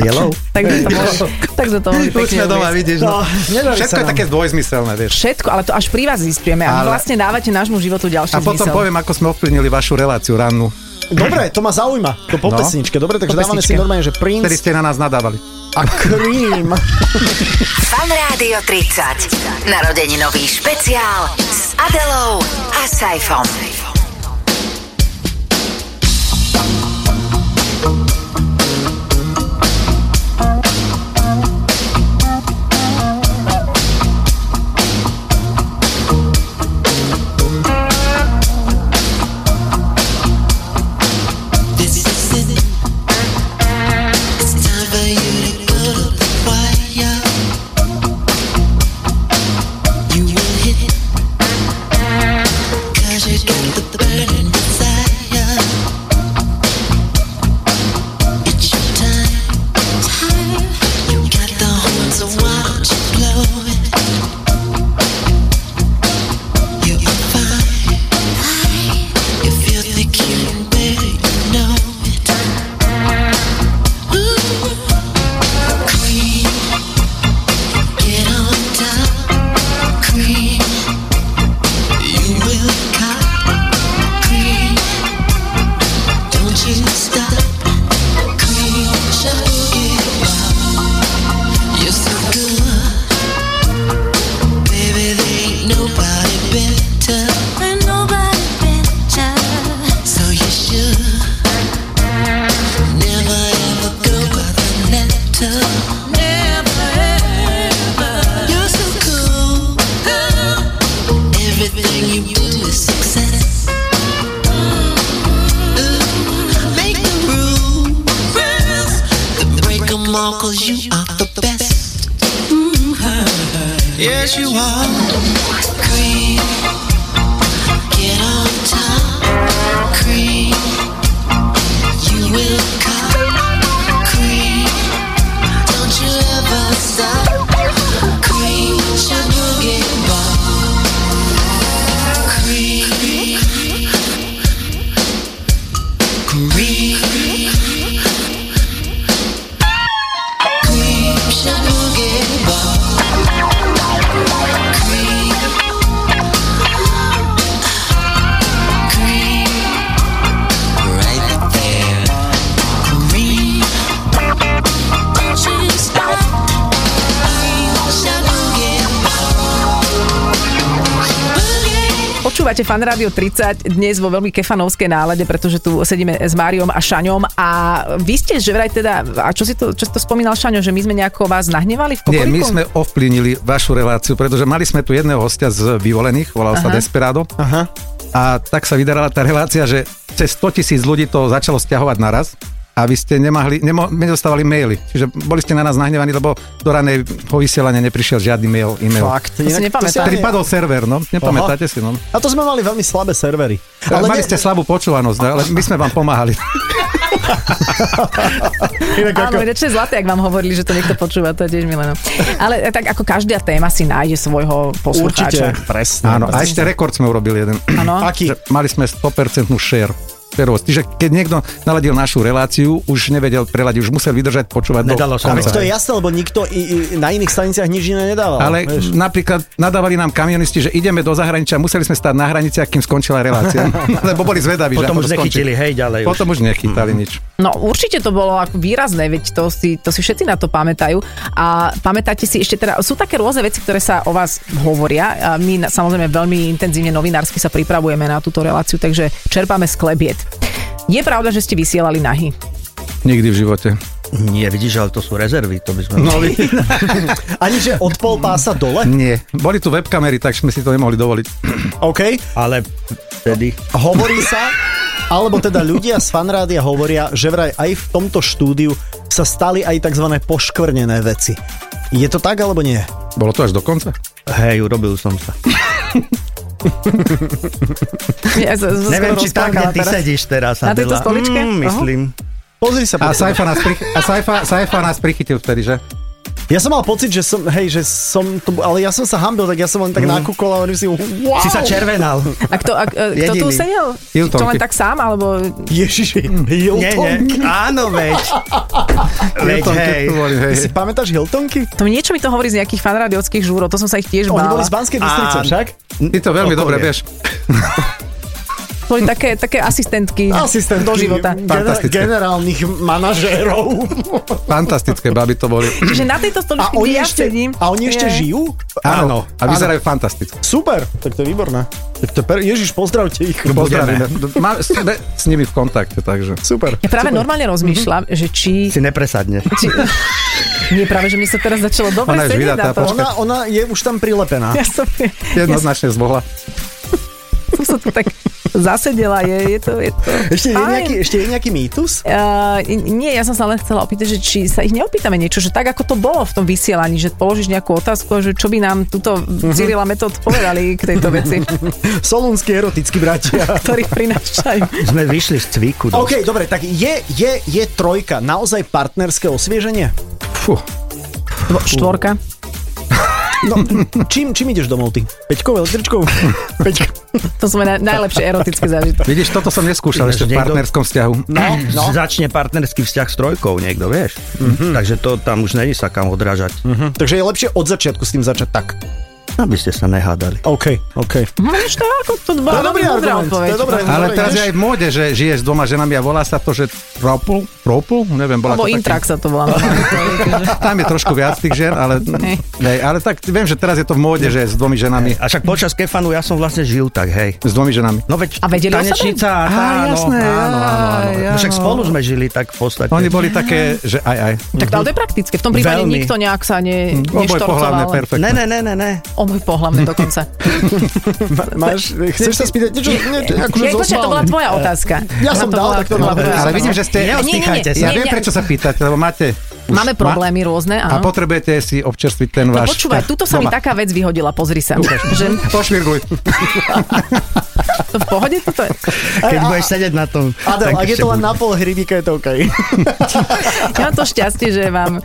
Hello. Tak sme to mohli, tak sme to mohli no. už pekne sme doma, uviesť. vidíš. No, nedarí Všetko sa je nám. také zdvojzmyselné, vieš. Všetko, ale to až pri vás zistujeme. A Ale- vlastne dávate nášmu životu ďalší A potom zmysel. poviem, ako sme ovplyvnili vašu reláciu rannú. Dobre, to ma zaujíma. To po No. pesničke. Dobre, takže Po dávame si pesničke. normálne, že Vtedy Prince ste na nás nadávali. a Cream. Fan Rádio 30. Narodeninový špeciál s Adelou a Saifom. This is it. It's time for you to go to the wire. You will hit it. 'Cause you got the burning desire. It's your time. You got the horn, so why don't you blow it? You're fine. If you're the king, baby, you know it. Ooh, queen, get on top, queen. You will cop, them all cause you are the best. Mhm. Yes, you are. Cream, get on top. Cream, you will come. Cream, don't you ever stop. Cream, it's your boogie ball. Cream, cream. Počúvate Fan Rádio 30 dnes vo veľmi kefanovskej nálade, pretože tu sedíme s Máriom a Šaňom a vy ste že vraj teda, a čo si to, čo si to spomínal Šaňo, že my sme nejako vás nahnevali v Nie, pokojku? my sme ovplynili vašu reláciu, pretože mali sme tu jedného hostia z vyvolených, volal sa Desperado. Aha. A tak sa vydarala tá relácia, že cez 100 tisíc ľudí to začalo stiahovať naraz a vy ste nemahli, nemo, nedostávali maily. Čiže boli ste na nás nahnevaní, lebo do ranej vysielania neprišiel žiadny mail, e-mail. Fakt. si nepamätám. ani- Pripadol server, no. Nepamätáte si, no. A to sme mali veľmi slabé servery. Ale Mali ne- ste slabú počúvanosť, ale my sme vám pomáhali. inak ako- Áno, rečne zlaté, ak vám hovorili, že to niekto počúva, to je tiež milé. no. Ale e, tak ako každá téma si nájde svojho Určite, poslucháča. presne. Áno, a ešte rekord sme urobili jeden. Áno. Aký? Že Mali sme 100% share. Férovosť. Čiže keď niekto naladil našu reláciu, už nevedel preladiť, už musel vydržať počúvať No, Nedalo do sa Ale konca. to je jasné, lebo nikto i, i, na iných staniciach nič iné nedával. Ale vieš. napríklad nadávali nám kamionisti, že ideme do zahraničia, museli sme stáť na hranici, kým skončila relácia. Lebo boli zvedaví. že Potom ako už to skončí. nechytili, hej, ďalej už. Potom už nechytali nič. No určite to bolo ako výrazné, veď to si, to si všetci na to pamätajú. A pamätáte si ešte teda, sú také rôzne veci, ktoré sa o vás hovoria. A my na- samozrejme veľmi intenzívne novinársky sa pripravujeme na túto reláciu, takže čerpáme z klebiet. Je pravda, že ste vysielali nahy. Nikdy v živote. Nie, vidíš, ale to sú rezervy, to by sme... No, vy... Ani že od pol pása dole? Nie. Boli tu webkamery, tak sme si to nemohli dovoliť. OK. Ale vtedy... Hovorí sa, alebo teda ľudia z fanrádia hovoria, že vraj aj v tomto štúdiu sa stali aj tzv. poškvrnené veci. Je to tak, alebo nie? Bolo to až do konca. Hej, urobil som sa. Ja, z, z, Neviem, skoro či tak, kde rozplakala ty teraz. sedíš teraz, Na tejto Adela. stoličke? Mm, Aha. myslím. Pozri sa. A prosím. Saifa nás, prichy... a Saifa, Saifa nás prichytil vtedy, že? Ja som mal pocit, že som, hej, že som, to, ale ja som sa hambil, tak ja som len tak nakúkol a hovorím si, wow, Si sa červenal. A kto, a, e, kto tu Jediný. sedel? Hiltonky. Čo len tak sám, alebo... Ježiši, Nie, Hiltonky. nie. Áno, veď. veď, Hilton, keď hej. tu boli, Ty hej. si pamätáš Hiltonky? To mi niečo mi to hovorí z nejakých fanradiotských žúrov, to som sa ich tiež Oni bála. boli z Banskej Bystrice, Áno. však? Ty to veľmi dobre Okolie. vieš. Boli také, také asistentky Asistent do života. Gener- Fantastické. generálnych manažérov. Fantastické baby to boli. Čiže na tejto A stoličke, kde oni ja ešte, sedím... a oni ešte je- žijú? Áno. A vyzerajú fantasticky. Super, tak to je výborné. Tak to je per- Ježiš, pozdravte ich. No, Pozdravíme. Má- Sme s nimi v kontakte, takže. Super. Mhm. Ja práve normálne rozmýšľam, že či... Si nepresadne. či... Nie, práve, že mi sa teraz začalo dobre Ona je už sedieť na vydatá, to. počkaj. Ona, ona je už tam prilepená. Ja som, ja Jednoznačne zbohla. som sa tu tak zasedela, je, je to... Je to Ešte je, fajn. nejaký, ešte je nejaký mýtus? Uh, nie, ja som sa len chcela opýtať, že či sa ich neopýtame niečo, že tak ako to bolo v tom vysielaní, že položíš nejakú otázku, a že čo by nám túto Mhm. Cyrila metód povedali k tejto veci, Solúnsky erotický bratia. ktorý prinášajú. Sme vyšli z cvíku. dosť. OK, dobre, tak je, je, je trojka naozaj partnerské osvieženie? Fú, Dvo- Štvorka. No, čím, čím ideš domov ty? Peťkou, električkou? Peťkou. To sú moje naj- najlepšie erotické zážitky. vidíš, toto som neskúšal ešte v Niekto- partnerskom vzťahu. No, no. Hm, Mhm. Začne partnerský vzťah s trojkou niekto, vieš. Takže to tam už není sa kam odrážať. Hm, Takže je lepšie od začiatku s tým začať tak. Aby ste sa nehádali. OK, OK. No, vieš, to je ako to To bola je dobrý veľmi múdra argument, odpoveď. to je dobré. Ale Dobre, teraz ideš? je aj v móde, že žiješ s dvoma ženami a volá sa to, že tropul, tropul, neviem, bola Alebo to intrak taký, sa to volá. tam je trošku viac tých žien, ale, Hej. hej, ale tak viem, že teraz je to v móde, že s dvomi ženami, A však počas kefanu ja som vlastne žil tak, hej. s dvomi ženami. No veď A vedeli o sebe? tanečnica a tá, Á, áno, jasné, áno, áno, áno. aj, Však no. áno. spolu sme žili tak v podstate. Oni boli také, že aj, aj. tak ale to je praktické. V tom prípade Veľmi. nikto nejak sa ne, Oboj pohľavné, neštorcoval. ale- Ne, perfektné. ne, ne, ne, ne. Oboj pohľavné dokonca. Ma- Máš, chceš sa spýtať niečo? Nie, to je akože Ja, počkaj, to bola zosmálne. tvoja otázka. Ja som to dal bola- takto to bola na- tvoja Ale otázka. vidím, že ste... Nie, nie, nie, Ja nie, viem, nie. prečo sa pýtate, lebo máte už Máme ma- problémy rôzne, A áno. potrebujete si občerstviť ten No váš... počúvaj, tuto sa mi taká vec vyhodila, pozri sa. Že Pošvirguj. to v pohode toto je. Keď budeš sedieť na tom. Adel, tak ak je ešte to len bude. na pol hrivika, je to OK. Ja mám to šťastie, že mám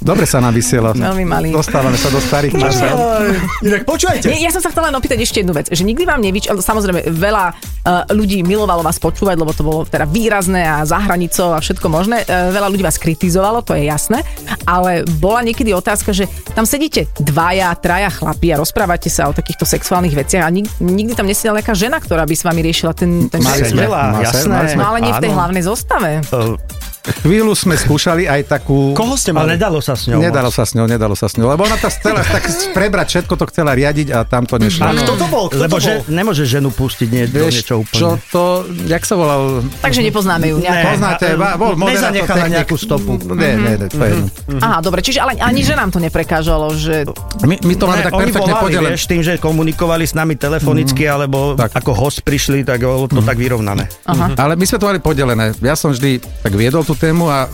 Dobre sa nám vysiela. Veľmi malý. Dostávame sa do starých časov. Inak počúvajte. Nie, ja som sa chcela len opýtať ešte jednu vec, že nikdy vám nevyč... ale Samozrejme, veľa uh, ľudí milovalo vás počúvať, lebo to bolo teda výrazné a za hranicou a všetko možné. Uh, veľa ľudí vás kritizovalo, to je jasné, ale bola niekedy otázka, že tam sedíte dvaja, traja chlapí a rozprávate sa o takýchto sexuálnych veciach a nik- nikdy tam nesedela nejaká žena, ktorá by s vami riešila ten, ten Mali sex. sme. Veľa, Mali sme, jasné. mali sme. No ale nie v tej Áno. hlavnej zostave. To- Chvíľu sme skúšali aj takú... Koho ste Ale mali? nedalo sa s ňou. Nedalo sa s ňou, nedalo sa s ňou. Lebo ona tá chcela tak prebrať všetko, to chcela riadiť a tam to nešlo. A kto to bol? Kto Lebo to že bol? nemôže ženu pustiť nie, do Vieš, niečo úplne. čo to, jak sa volal? Takže nepoznáme ju nejak. Poznáte, a- ba- bol moderátor nezanechala technik. nejakú stopu. Nie, nie, nie, to je Mhm. jedno. Aha, dobre, čiže ale ani ženám to neprekážalo, že My, my to máme Ne, tak oni perfektne volali, podelené. vieš, tým, že komunikovali s Mhm. nami telefonicky, alebo Tak. ako host prišli, tak bolo to tak vyrovnané. Ale my sme to mali podelené. Ja som vždy tak viedol tú tému a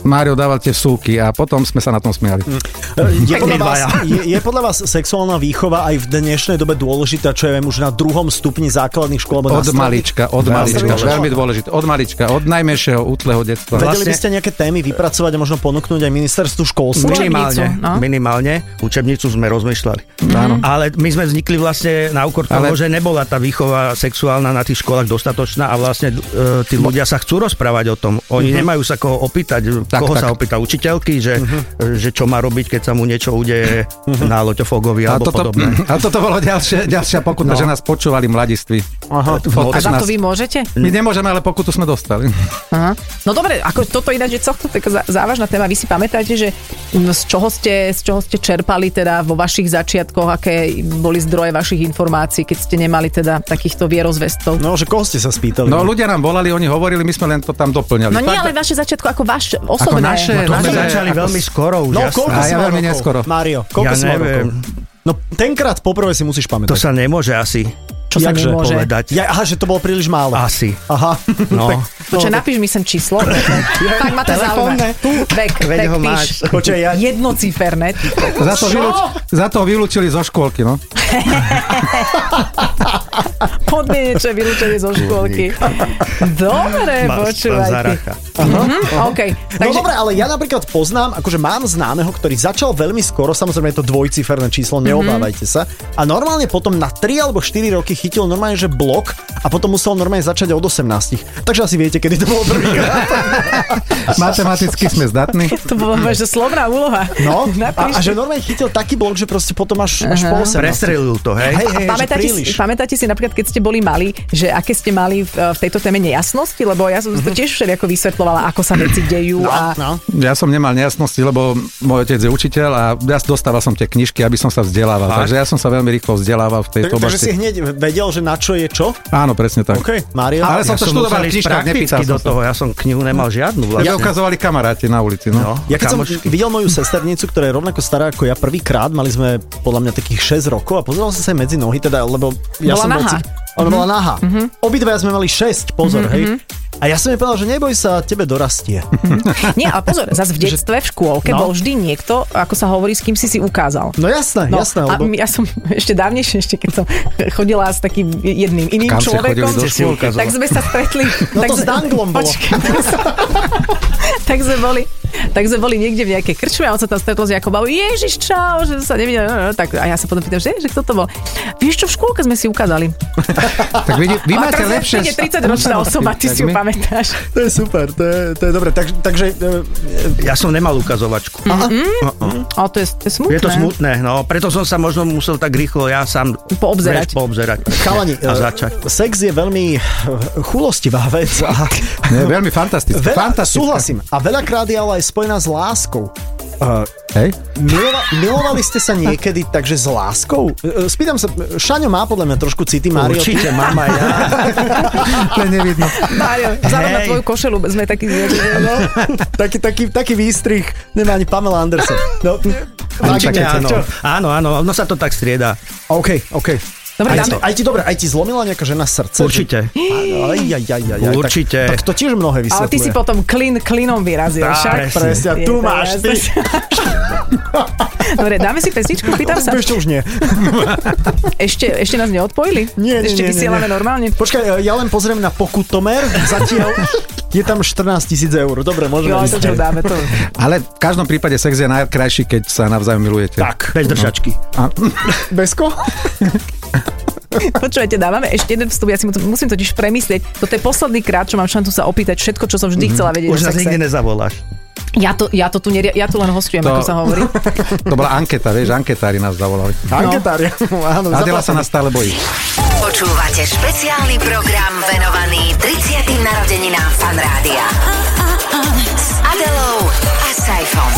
Mário dával tie vsúky a potom sme sa na tom smiali. No, Je podľa, my vás, dvaja. je, je podľa vás sexuálna výchova aj v dnešnej dobe dôležitá, čo ja viem, už na druhom stupni základných škôl? Alebo na Od stredných? malička, od Na malička, stredných veľmi školách? dôležité. Od malička, od najmenšieho útleho detstva. Vedeli by ste nejaké témy vypracovať a možno ponúknuť aj ministerstvu školstva? Učebnicu, Minimálne, no. Mhm. minimálne. Učebnicu sme rozmýšľali. Áno. Ale my sme vznikli vlastne na úkor toho, Ale- že nebola tá výchova sexuálna na tých školách dostatočná a vlastne e, tí ľudia sa chcú rozprávať o tom. Oni nemajú sa koho opýtať. Tak, koho tak. sa opýta učiteľky, že, že čo má robiť, keď sa mu niečo udeje na loťofogovi A alebo toto, Mhm. podobné. a toto bolo ďalšia, ďalšia No. pokuta, že nás počúvali mladiství. Aha. a za to 15. vy môžete? My Mm. nemôžeme, ale pokutu sme dostali. Aha. No dobre, ako toto ináč je celkom taká zá- závažná téma. Vy si pamätáte, že mm, z čoho, ste, z čoho ste čerpali teda vo vašich začiatkoch, aké boli zdroje vašich informácií, keď ste nemali teda takýchto vierozvestov? No, No, že koho ste sa spýtali? No ľudia nám volali, oni hovorili, my sme len to tam doplňali. no nie, Tak- ale vaše začiatko ako vaše osobné. naše, no, To naše. sme začali Ako- veľmi skoro už. No, jasné. koľko A si ja mal veľmi rokov? neskoro. Mário, koľko Ja si mal rokov? neviem. No tenkrát poprvé si musíš To pamätať. sa nemôže asi čo sa jakže nemôže. povedať. Ja, aha, že to bolo príliš málo. Asi. Aha. No. tak to- Počkaj, napíš mi sem číslo. tak ma to Telefónne. zaujíma. Tu, vek, Veď vek, ho píš. máš. Počkaj, ja... Jednociferné. ty. Za to, vylúč, za to ho vylúčili zo škôlky, no. Podmienečné vylúčenie zo škôlky. Dobre, počúvaj. ty. zaracha. Mhm, OK. No Takže- dobre, ale ja napríklad poznám, akože mám známeho, ktorý začal veľmi skoro, samozrejme je to dvojciferné číslo, neobávajte sa. A normálne potom na 3 alebo 4 roky chytil normálne, že blok a potom musel normálne začať od 18. Takže asi viete, kedy to bolo prvýkrát. Matematicky sme zdatní. To bola mm. že slovná úloha. No, a, Napíš. a že normálne chytil taký blok, že proste potom až, až po 18. Prestrelil to, hej? Hej, hej, že Pamätáte príliš. si, pamätáte si napríklad, keď ste boli mali, že aké ste mali v, v tejto téme nejasnosti? Lebo ja som to tiež všetko vysvetlovala, ako sa veci dejú Mhm. No, a no. Ja som nemal nejasnosti, lebo môj otec je učiteľ a ja dostával som tie knižky, aby som sa vzdelával. Fakt? Takže ja som sa veľmi rýchlo vzdelával v Tak, tejto takže oblasti. si hneď vedel, že na čo je čo? Áno, presne tak. OK, Mário. Ale som Ja to som študoval v musel ísť knižkách, nepýtal prakticky do som sa. toho, ja som knihu nemal žiadnu Mne vlastne. ukazovali kamaráti na ulici, no. No, Hm. Ja keď som kamošky. videl moju sesternicu, ktorá je rovnako stará ako ja prvýkrát, mali sme podľa mňa takých 6 rokov a pozeral som sa jej medzi nohy, teda, lebo ja Bola Mhm. som bol nahá. cik- Ona bola nahá. Obidva sme mali 6, pozor, Mhm, hej. A ja som jej povedal, že neboj sa, tebe dorastie. nie, ale pozor, zase v detstve, v škôlke No. bol vždy niekto, ako sa hovorí, s kým si si ukázal. No jasné, jasné, a lebo... m- ja som ešte dávnejšie, ešte keď som chodila s takým jedným iným Kam ste človekom, chodili do Ste si škôlky? ukázala. tak sme sa stretli. No tak to s Danglom bolo. Počkaj, tak sme boli tak sme boli niekde v nejakej krčme a on sa tam stretol s Jakobom. Ježiš, čau, že sa nevidel. No, no, tak, a ja sa potom pýtam, že, že kto to bol. Vieš čo, v škôlke sme si ukázali. Tak vy, vy a máte teraz lepšie... príde 30 ročná osoba, ty Tak si ju my- pamätáš. To je super, to je, to je dobre. Tak, takže e, Ja som nemal ukazovačku. Hm. Ale to je, to je smutné. Je to smutné, no. Preto som sa možno musel tak rýchlo ja sám Poobzerať. vieš, poobzerať. chalani, A e, začať. sex je veľmi e, chulostivá vec. A, Nie, veľmi fantastické. veľa, fantastické. súhlasím. A veľakrát je ale aj spojená s láskou. Hej? Milova, milovali ste sa niekedy takže s láskou? E, e, Spýtam sa, e, Šaňo má podľa mňa trošku city, Mário. Určite mám aj ja. To je nevidno. Mário, vzhľadom na Hej. tvoju košelu sme takí... No, taký, taký, taký výstrih nemá ani Pamela Anderson. No, e, Určite tak, áno. čo? Áno, áno, no sa to tak strieda. OK, OK. Dobre, Aj ti, dáme, aj ti dobre, aj ti zlomila nejaká žena srdce? Že... Určite. Aj, aj, aj, aj, aj, Určite. Tak, tak to tiež mnohé vysvetľuje. ale ty si potom klin, klinom vyrazil, Á, však? presne. Presne, a Je tu to máš ty. jasné. Dobre, dáme si pesničku, pýtam sa. Ešte už nie. Ešte, ešte nás neodpojili? Nie, nie, ešte nie, nie, vysielame nie. normálne? Počkaj, e, ja len pozriem na pokutomer. Zatiaľ je tam 14 tisíc eur. Dobre, môžeme Jo, to ísť. čo dáme, to... Ale v každom prípade sex je najkrajší, keď sa navzájom milujete. Tak. No. Bez držačky. Besko? Počujete, dávame ešte jeden vstup, ja si mu to, musím totiž premyslieť. Toto je posledný krát, čo mám šancu sa opýtať všetko, čo som vždy chcela vedieť o Už nás sexe. nikdy nezavoláš. Ja to, ja to tu, nerie, ja tu len hostujem, To- ako sa hovorí. No. To bola anketa, vieš, anketári nás zavolali. Anketári. Áno, Adela sa zaplatený. nás stále bojí. Počúvate špeciálny program venovaný 30. narodeninám Fanrádia. S Adelou a Saifom.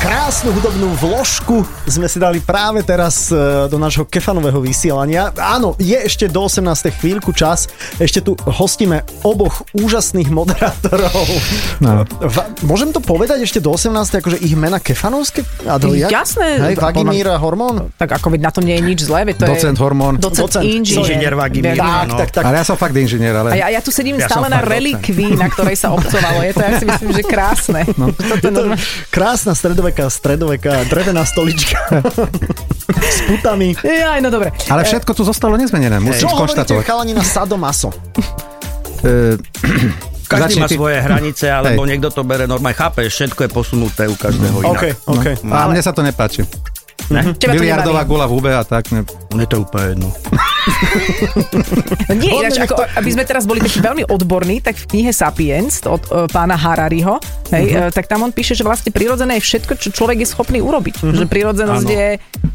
Krásnu hudobnú vložku sme si dali práve teraz e, do nášho kefanového vysielania. Áno, je ešte do 18. chvíľku čas. Ešte tu hostíme oboch úžasných moderátorov. E, No. Va- môžem to povedať ešte do 18. akože ich mena kefanovské? Adelia? Jasné. No. Hej, Vagimíra Hormón? Tak ako veď na tom nie je nič zlé, veď to Docent je... hormón. Docent, Docent. inžinier. Inžinier Vagimír, Vagimír. áno. Tak, tak, Ale ja som fakt inžinier, A ale... ja, ja tu sedím Ja stále som na fakt relikvii, na ktorej sa obcovalo. Je to, ja si myslím, že krásne. No. Je to Toto normálne- krásna stredoveká, stredoveká drevená stolička s putami. Jaj, no dobre. Ale všetko tu zostalo nezmenené, musím Čo hovoríte skonštatovať. chalani na sadomaso? Eh, začni Každý má ty. svoje hranice, alebo Hej. niekto to bere normálne. Chápe, všetko je posunuté u každého inak. OK, OK. No. A mne sa to nepáči. Ne? Teba to Biliardová nebaví. gula v hube a tak. Ne. Mne to je úplne jedno. No Nie, Podľa ináč, mňa ako, aby sme teraz boli takí veľmi odborní, tak v knihe Sapiens od uh, pána Harariho, hej, uh, tak tam on píše, že vlastne prirodzené je všetko, čo človek je schopný urobiť. Že prirodzenosť Áno. je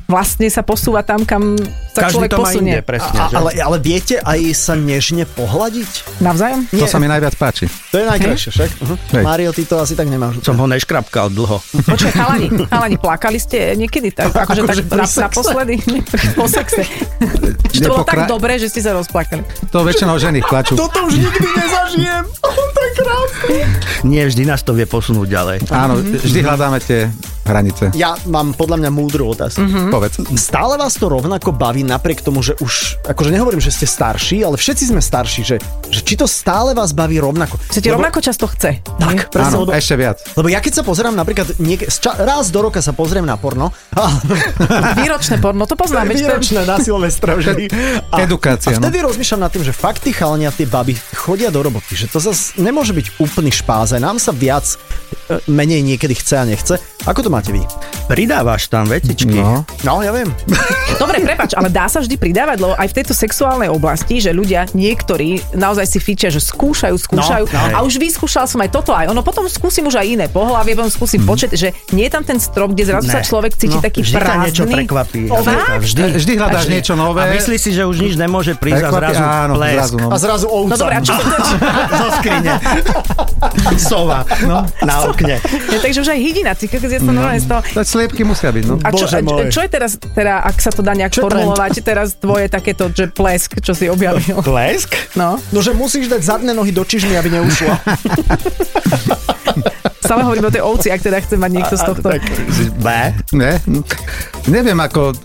vlastne sa posúva tam, kam sa Každý človek to má posunie. inde, presne. A, že? ale, ale viete aj sa nežne pohľadiť? Navzájom? To sa mi najviac páči. To je najkrajšie, však? Hej. Mario, ty to asi tak nemáš. Som ho neškrapkal dlho. Počkaj, chalani, chalani, plakali ste niekedy? Tak, Akože akože tak pri na, sexe? naposledy? po sexe. Že to bolo tak Nepokra- dobré, že ste sa rozplakali. To väčšinou ženy plačú. Toto už nikdy nezažijem. to je krásne. Nie, vždy nás to vie posunúť ďalej. Áno, Mhm. vždy hľadáme tie hranice. Ja mám podľa mňa múdru otázku. Povedz. Stále vás to rovnako baví napriek tomu, že už, akože nehovorím, že ste starší, ale všetci sme starší, že, že či to stále vás baví rovnako. Sa ti rovnako často chce. Tak, presne, Áno, lebo, ešte viac. lebo ja keď sa pozerám napríklad, niek- z ča- raz do roka sa pozriem na porno, Výročné porno, to poznám. veď to je- Výročné na Silvestra vždy. A, Edukácia, A no. vtedy rozmýšľam nad tým, že fakt tí chalania, tie baby chodia do roboty, že to zase nemôže byť úplný špáze. Nám sa viac, e, menej niekedy chce a nechce. Ako to máte vy? Pridávaš tam vetičky. No. No, ja viem. Dobre, prepač, ale dá sa vždy pridávať, lebo aj v tejto sexuálnej oblasti, že ľudia niektorí naozaj si fičia, že skúšajú, skúšajú No, no. a už vyskúšal som aj toto aj ono, potom skúsim už aj iné pohlavie, potom skúsim počet, že nie je tam ten strop, kde zrazu Mm. Ne. sa človek cíti No, taký vždy ťa prázdny. niečo prekvapí. Fakt? Vždy. Vždy hľadáš niečo A nové. myslí si, že už nič nemôže prísť a Prekvapí- zrazu áno, plesk. zrazu, no. A zrazu ovca. No dobré, a čo sa to... Zo skrine. Sova. No, na okne. Ja, takže už aj hydina, ty keď je to No. normálne z toho. To sliepky musia byť, no. A čo, Bože a môj. čo je teraz, teda, ak sa to dá nejak Čo je trend? formulovať, teraz tvoje takéto, že plesk, čo si objavil? Plesk? No, No, že musíš dať zadné nohy do čižmy, aby neušla. stále hovorím o tej ovci, ak teda chce mať niekto z tohto. B. Ne? Neviem, ako...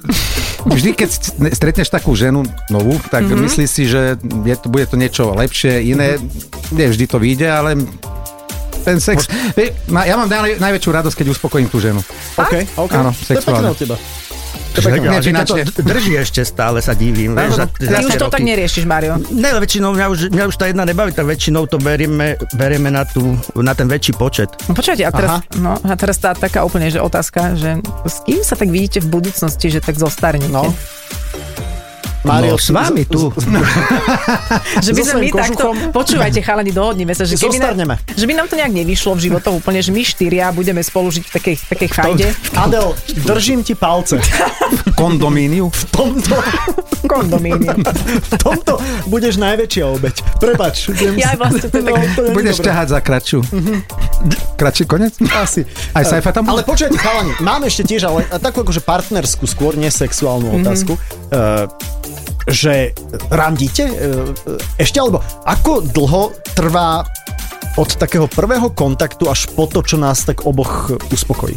Vždy, keď st- ne- stretneš takú ženu novú, tak Mhm. mm-hmm. myslíš si, že je to, bude to niečo lepšie, iné. Mm-hmm. Nie vždy to vyjde, ale ten sex... Vie, ma- Ja mám naj, najväčšiu radosť, keď uspokojím tú ženu. OK, OK. Áno, to je pekné sexuálne. od teba. Nie, Ale že ťa to finančne. drží ešte stále, sa divím. Áno, Vieš, za, no. za Ty už tie to tak roky. neriešiš, Mario. Ne, ale väčšinou mňa už, mňa už tá jedna nebaví, tak väčšinou to berieme, berieme na, tú, na ten väčší počet. No počujete, a teraz, no, a teraz tá taká úplne že otázka, že s kým sa tak vidíte v budúcnosti, že tak zostarnete? No. No, s vami tu. so že by sme my svojím takto, kožuchom. počúvajte chalani, dohodnime sa, že, keby Zostarneme. nám, že by nám to nejak nevyšlo v životoch úplne, že my štyria budeme spolu žiť v takej, takej chajde. Adel, držím ti palce. Kondomíniu. V tomto, Kondomínie. v tomto budeš najväčšia obeď. Prepač. idem Ja aj si- vlastne to je tak- to je Budeš dobré. Mhm. ťahať za kratšiu. Mm-hmm. Kratší konec? Asi. Aj Saifa tam Ale bude? počujete, chalani, mám ešte tiež ale takú akože partnerskú, skôr nesexuálnu Mhm. otázku. Eh, že randíte eh, ešte, alebo ako dlho trvá od takého prvého kontaktu až po to, čo nás tak oboch uspokojí.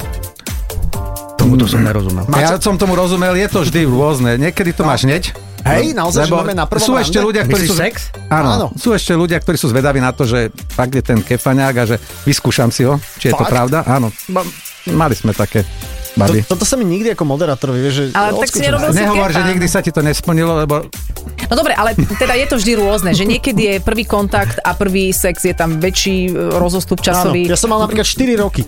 Tomu to som nerozumel. Mm. No. Ja som tomu rozumel, je to vždy rôzne. Niekedy to máš hneď, Hej, naozaj, že máme na prvom No, sú ešte rande? ľudia, ktorí sú... Myslíš sex? Áno, Áno. Áno. Sú ešte ľudia, ktorí sú zvedaví na to, že fakt je ten kefaňák a že vyskúšam si ho, či je to Fakt? pravda. Áno, ma- mali sme také To, baby. toto sa mi nikdy ako moderátorovi, vieš, že... Ale tak si odskočím. nerobil- to- Nehovor, kefan. že nikdy sa ti to nesplnilo, lebo No dobre, ale teda je to vždy rôzne, že niekedy je prvý kontakt a prvý sex je tam väčší e, rozostup Áno, časový. ja som mal napríklad 4 roky.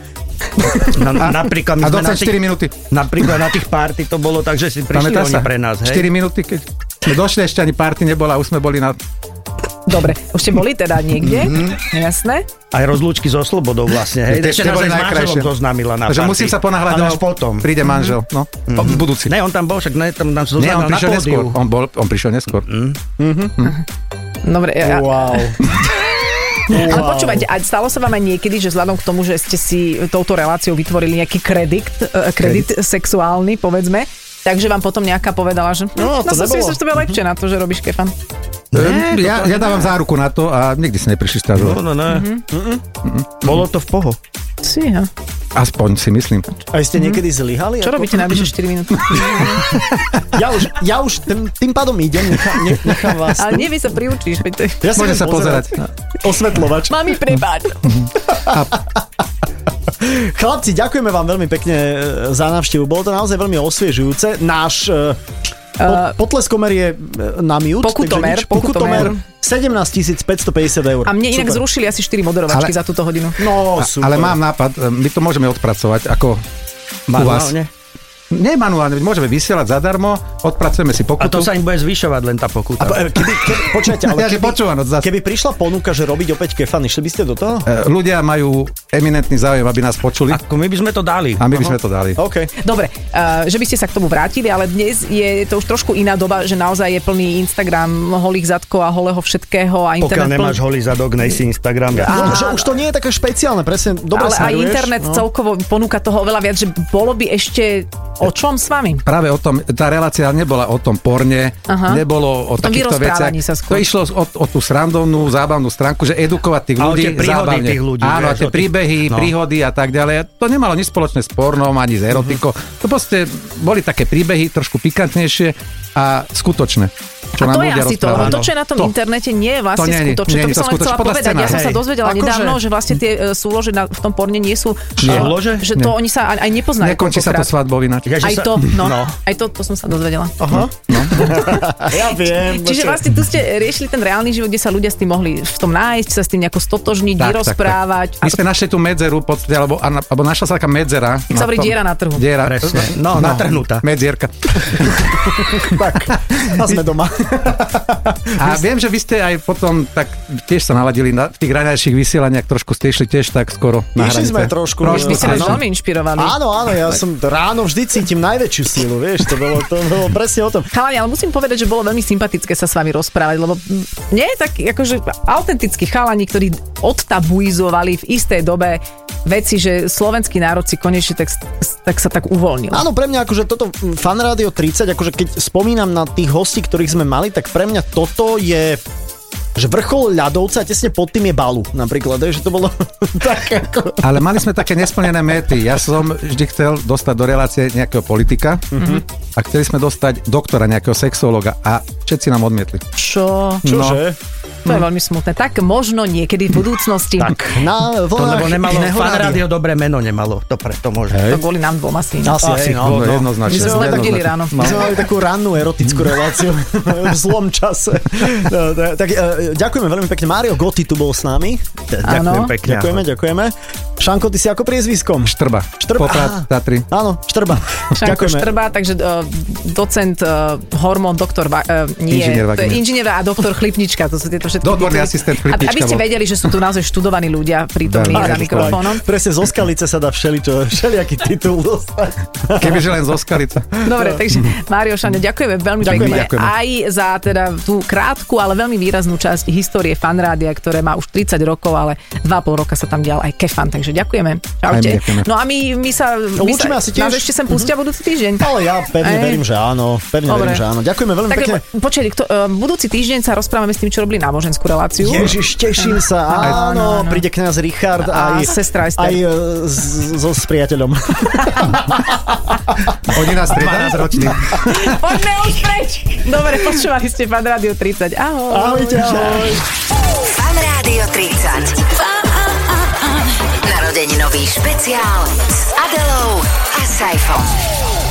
Na, No, napríklad, a my sme na 24 tých, minúty. napríklad na tých party to bolo tak, že si prišli Pamätáš oni sa? pre nás, hej? 4 minúty, keď sme došli, ešte ani party nebola, už sme boli na... Dobre, už ste boli teda niekde, Mhm. jasné? Aj rozlúčky so slobodou vlastne, hej? Tie Ešte tie nás boli aj s najkrajšie. manželom zoznámila na Takže party. musím sa ponáhľať, Ale no, až potom. Mhm. príde manžel, no, mm-hmm. budúci. Ne, on tam bol, však ne, tam Nie, nám on zoznámil na prišiel neskôr. pódiu. On, bol, on prišiel neskôr. Mm. Dobre, ja, Wow. ale počúvajte, a stalo sa vám aj niekedy, že vzhľadom k tomu, že ste si touto reláciou vytvorili nejaký kredit, e, kredit sexuálny, povedzme, takže vám potom nejaká povedala, že hm, No, to som nebolo. si myslím, že to bude lepšie na to, že robíš kefan. Ne, Hm? ja, ja dávam záruku na to a nikdy si neprišli No, stážovať. no, no. Bolo to v poho. Si, ja. Aspoň si myslím. A ste niekedy zlyhali? Mhm. Ako- Čo robíte najbližšie 4 minúty? Ja už, ja už tým, tým pádom idem, nechám, nech- nechám vás. Ale nie, vy sa priučíš. veď to je- Ja Môže budem sa pozerať. Osvetľovač. Mami, prepáč. Chlapci, ďakujeme vám veľmi pekne e, za návštevu. Bolo to naozaj veľmi osviežujúce. Náš e, po, potleskomer je e, na mute. Pokutomer, takže nič. pokutomer. 17 550 eur. A mne inak Super. zrušili asi 4 moderovačky Ale- za túto hodinu. No, super. Ale mám nápad, e, my to môžeme odpracovať ako u vás. Manuálne. Nie manuálne, môžeme vysielať zadarmo, odpracujeme si A to pokutu. sa im bude zvyšovať len tá pokuta. A po- e, keby, keby, počujete, ale Ja, keby, že no, počúvam od zas- keby prišla ponuka, že robiť opäť kefan, išli by ste do toho? E, Ľudia majú eminentný záujem, aby nás počuli Ako my by sme to dali. a my by sme to dali. OK. Dobre, uh, že by ste sa k tomu vrátili, ale dnes je to už trošku iná doba, že naozaj je plný Instagram holých zadkov a holého všetkého a Pokiaľ internet nemáš holý zadok, nej si Instagram. Ja. No, že už to nie je také špeciálne, presne. Dobre ale aj smeruješ, internet no. celkovo ponúka toho oveľa viac, že bolo by ešte o čom s vami? Práve o tom, tá relácia nebola o tom porne, Aha. Aha. nebolo o tom takýchto veciach. vyrozprávaní sa skôr. To išlo o, o tú srandovnú, zábavnú stránku, že edukovať tých A o ľudí tie príhody zábavne. tých ľudí, Áno, vieš, tie o tých- príbehy, no. príhody a tak ďalej. To nemalo nič spoločné s pornom, ani s erotikou. Mhm. To proste boli také príbehy, trošku pikantnejšie a skutočné. A Čo nám to je ľudia asi to, lebo rozprávali. to, čo je na tom To. internete, nie je vlastne To nie je- skutočné. nie To je by to som len chcela skutočné. Podľa povedať. Ja scenára, som sa hej. dozvedela Akože- nedávno, že vlastne tie e, súlože na- v tom porne nie sú... Čiže e, lože? Že to oni sa ani- aj nepoznajú. Nekončí sa to koľkokrát. svadbou ináč. Ja, že Aj sa- to, no. Aj to, to som sa dozvedela. A Ja viem. Čiže čo- vlastne tu ste riešili ten reálny život, kde sa ľudia s tým mohli v tom nájsť, sa s tým nejako stotožniť, Tak, tak, vyrozprávať. My sme našli tú medzeru, v podstate, alebo, a- alebo našla sa taká medzera. na sa hovorí tom- diera na trhu. Diera. Presne. No, natrhnutá. Medzierka. Tak, a sme doma. A viem, že vy ste aj potom tak tiež sa naladili na v tých ranejších vysielaniach, trošku ste išli tiež tak skoro na Išli hranice. sme no. trošku. Vy ste nás áno. veľmi inšpirovali. Áno, áno, ja som ráno vždy cítim najväčšiu sílu, vieš, to bolo, to bolo presne o tom. Chalani, ale musím povedať, že bolo veľmi sympatické sa s vami rozprávať, lebo mm, nie je tak akože autentickí chalani, ktorí odtabuizovali v istej dobe veci, že slovenský národ si konečne tak, tak sa tak uvoľnil. Áno, pre mňa akože toto mm, Fan Radio 30, akože keď spomínam na tých hostí, ktorých sme mali, tak pre mňa toto je že vrchol ľadovca a tesne pod tým je balu napríklad, hej, že to bolo tak ako... Ale mali sme také nesplnené mety. Ja som vždy chcel dostať do relácie nejakého politika Mhm. a chceli sme dostať doktora, nejakého sexológa a všetci nám odmietli. No. Čo? Čože? To Mhm. je veľmi smutné. Tak možno niekedy v budúcnosti. Tak. Na To vlnách lebo nemalo, iného fan rádia. rádio dobré meno nemalo, to preto môže. To kvôli nám dvom asi. No. Asi, asi, no. no, jednoznačne. My sme Jednoznačne. hodili ráno. No. My sme mali takú rannú erotickú Mm. reláciu v zlom čase. No, tak- tak e, ďakujeme veľmi pekne. Mario Gotti tu bol s nami. Ďakujem Áno. pekne. Ďakujeme, ďakujeme. Šanko, ty si ako priezviskom? Štrba. Štrba. Poprad, Á. Tatry. Áno, Štrba. Šanko Ďakujeme. Štrba, takže uh, docent, uh, hormón, doktor, va- uh, nie, Inžinier to je Vagimir. inžinier a doktor Chlipnička, to sú tieto všetky. tituly. Dotvorný asistent Aby- Chlipnička Aby ste bol. vedeli, že sú tu naozaj študovaní ľudia prítomní Veľmi za študovaní. mikrofónom. Presne zo skalice sa dá všeličo, všelijaký titul dostať. Kebyže len zo Skalice. Dobre, takže Mário Šane, ďakujeme veľmi Ďakujeme, pekne ďakujeme. aj za teda tú krátku, ale veľmi výraznú časť histórie fanrádia, ktoré má už 30 rokov, ale 2,5 roka sa tam dial aj kefan, takže Takže ďakujeme. Čaute. ďakujeme. No a my, my sa... My Lúčime sa, asi tiež. Mhm. Nás ešte sem pustia budúci týždeň. Ale ja pevne Ej. verím, že áno. Pevne Dobre. verím, že áno. Ďakujeme veľmi Tak pekne. počkaj, kto, uh, budúci týždeň sa rozprávame s tým, čo robili náboženskú reláciu. Ježiš, teším sa. Áno, áno. príde kňaz Richard A aj, sestra Ester. aj e, s- so s priateľom. Oni nás 12 ročný. Poďme už preč! Dobre, počúvali ste Fan Radio 30. Ahoj. Ahojte, ahoj. Fan Rádio 30. Narodeninový špeciál s Adelou a Saifom.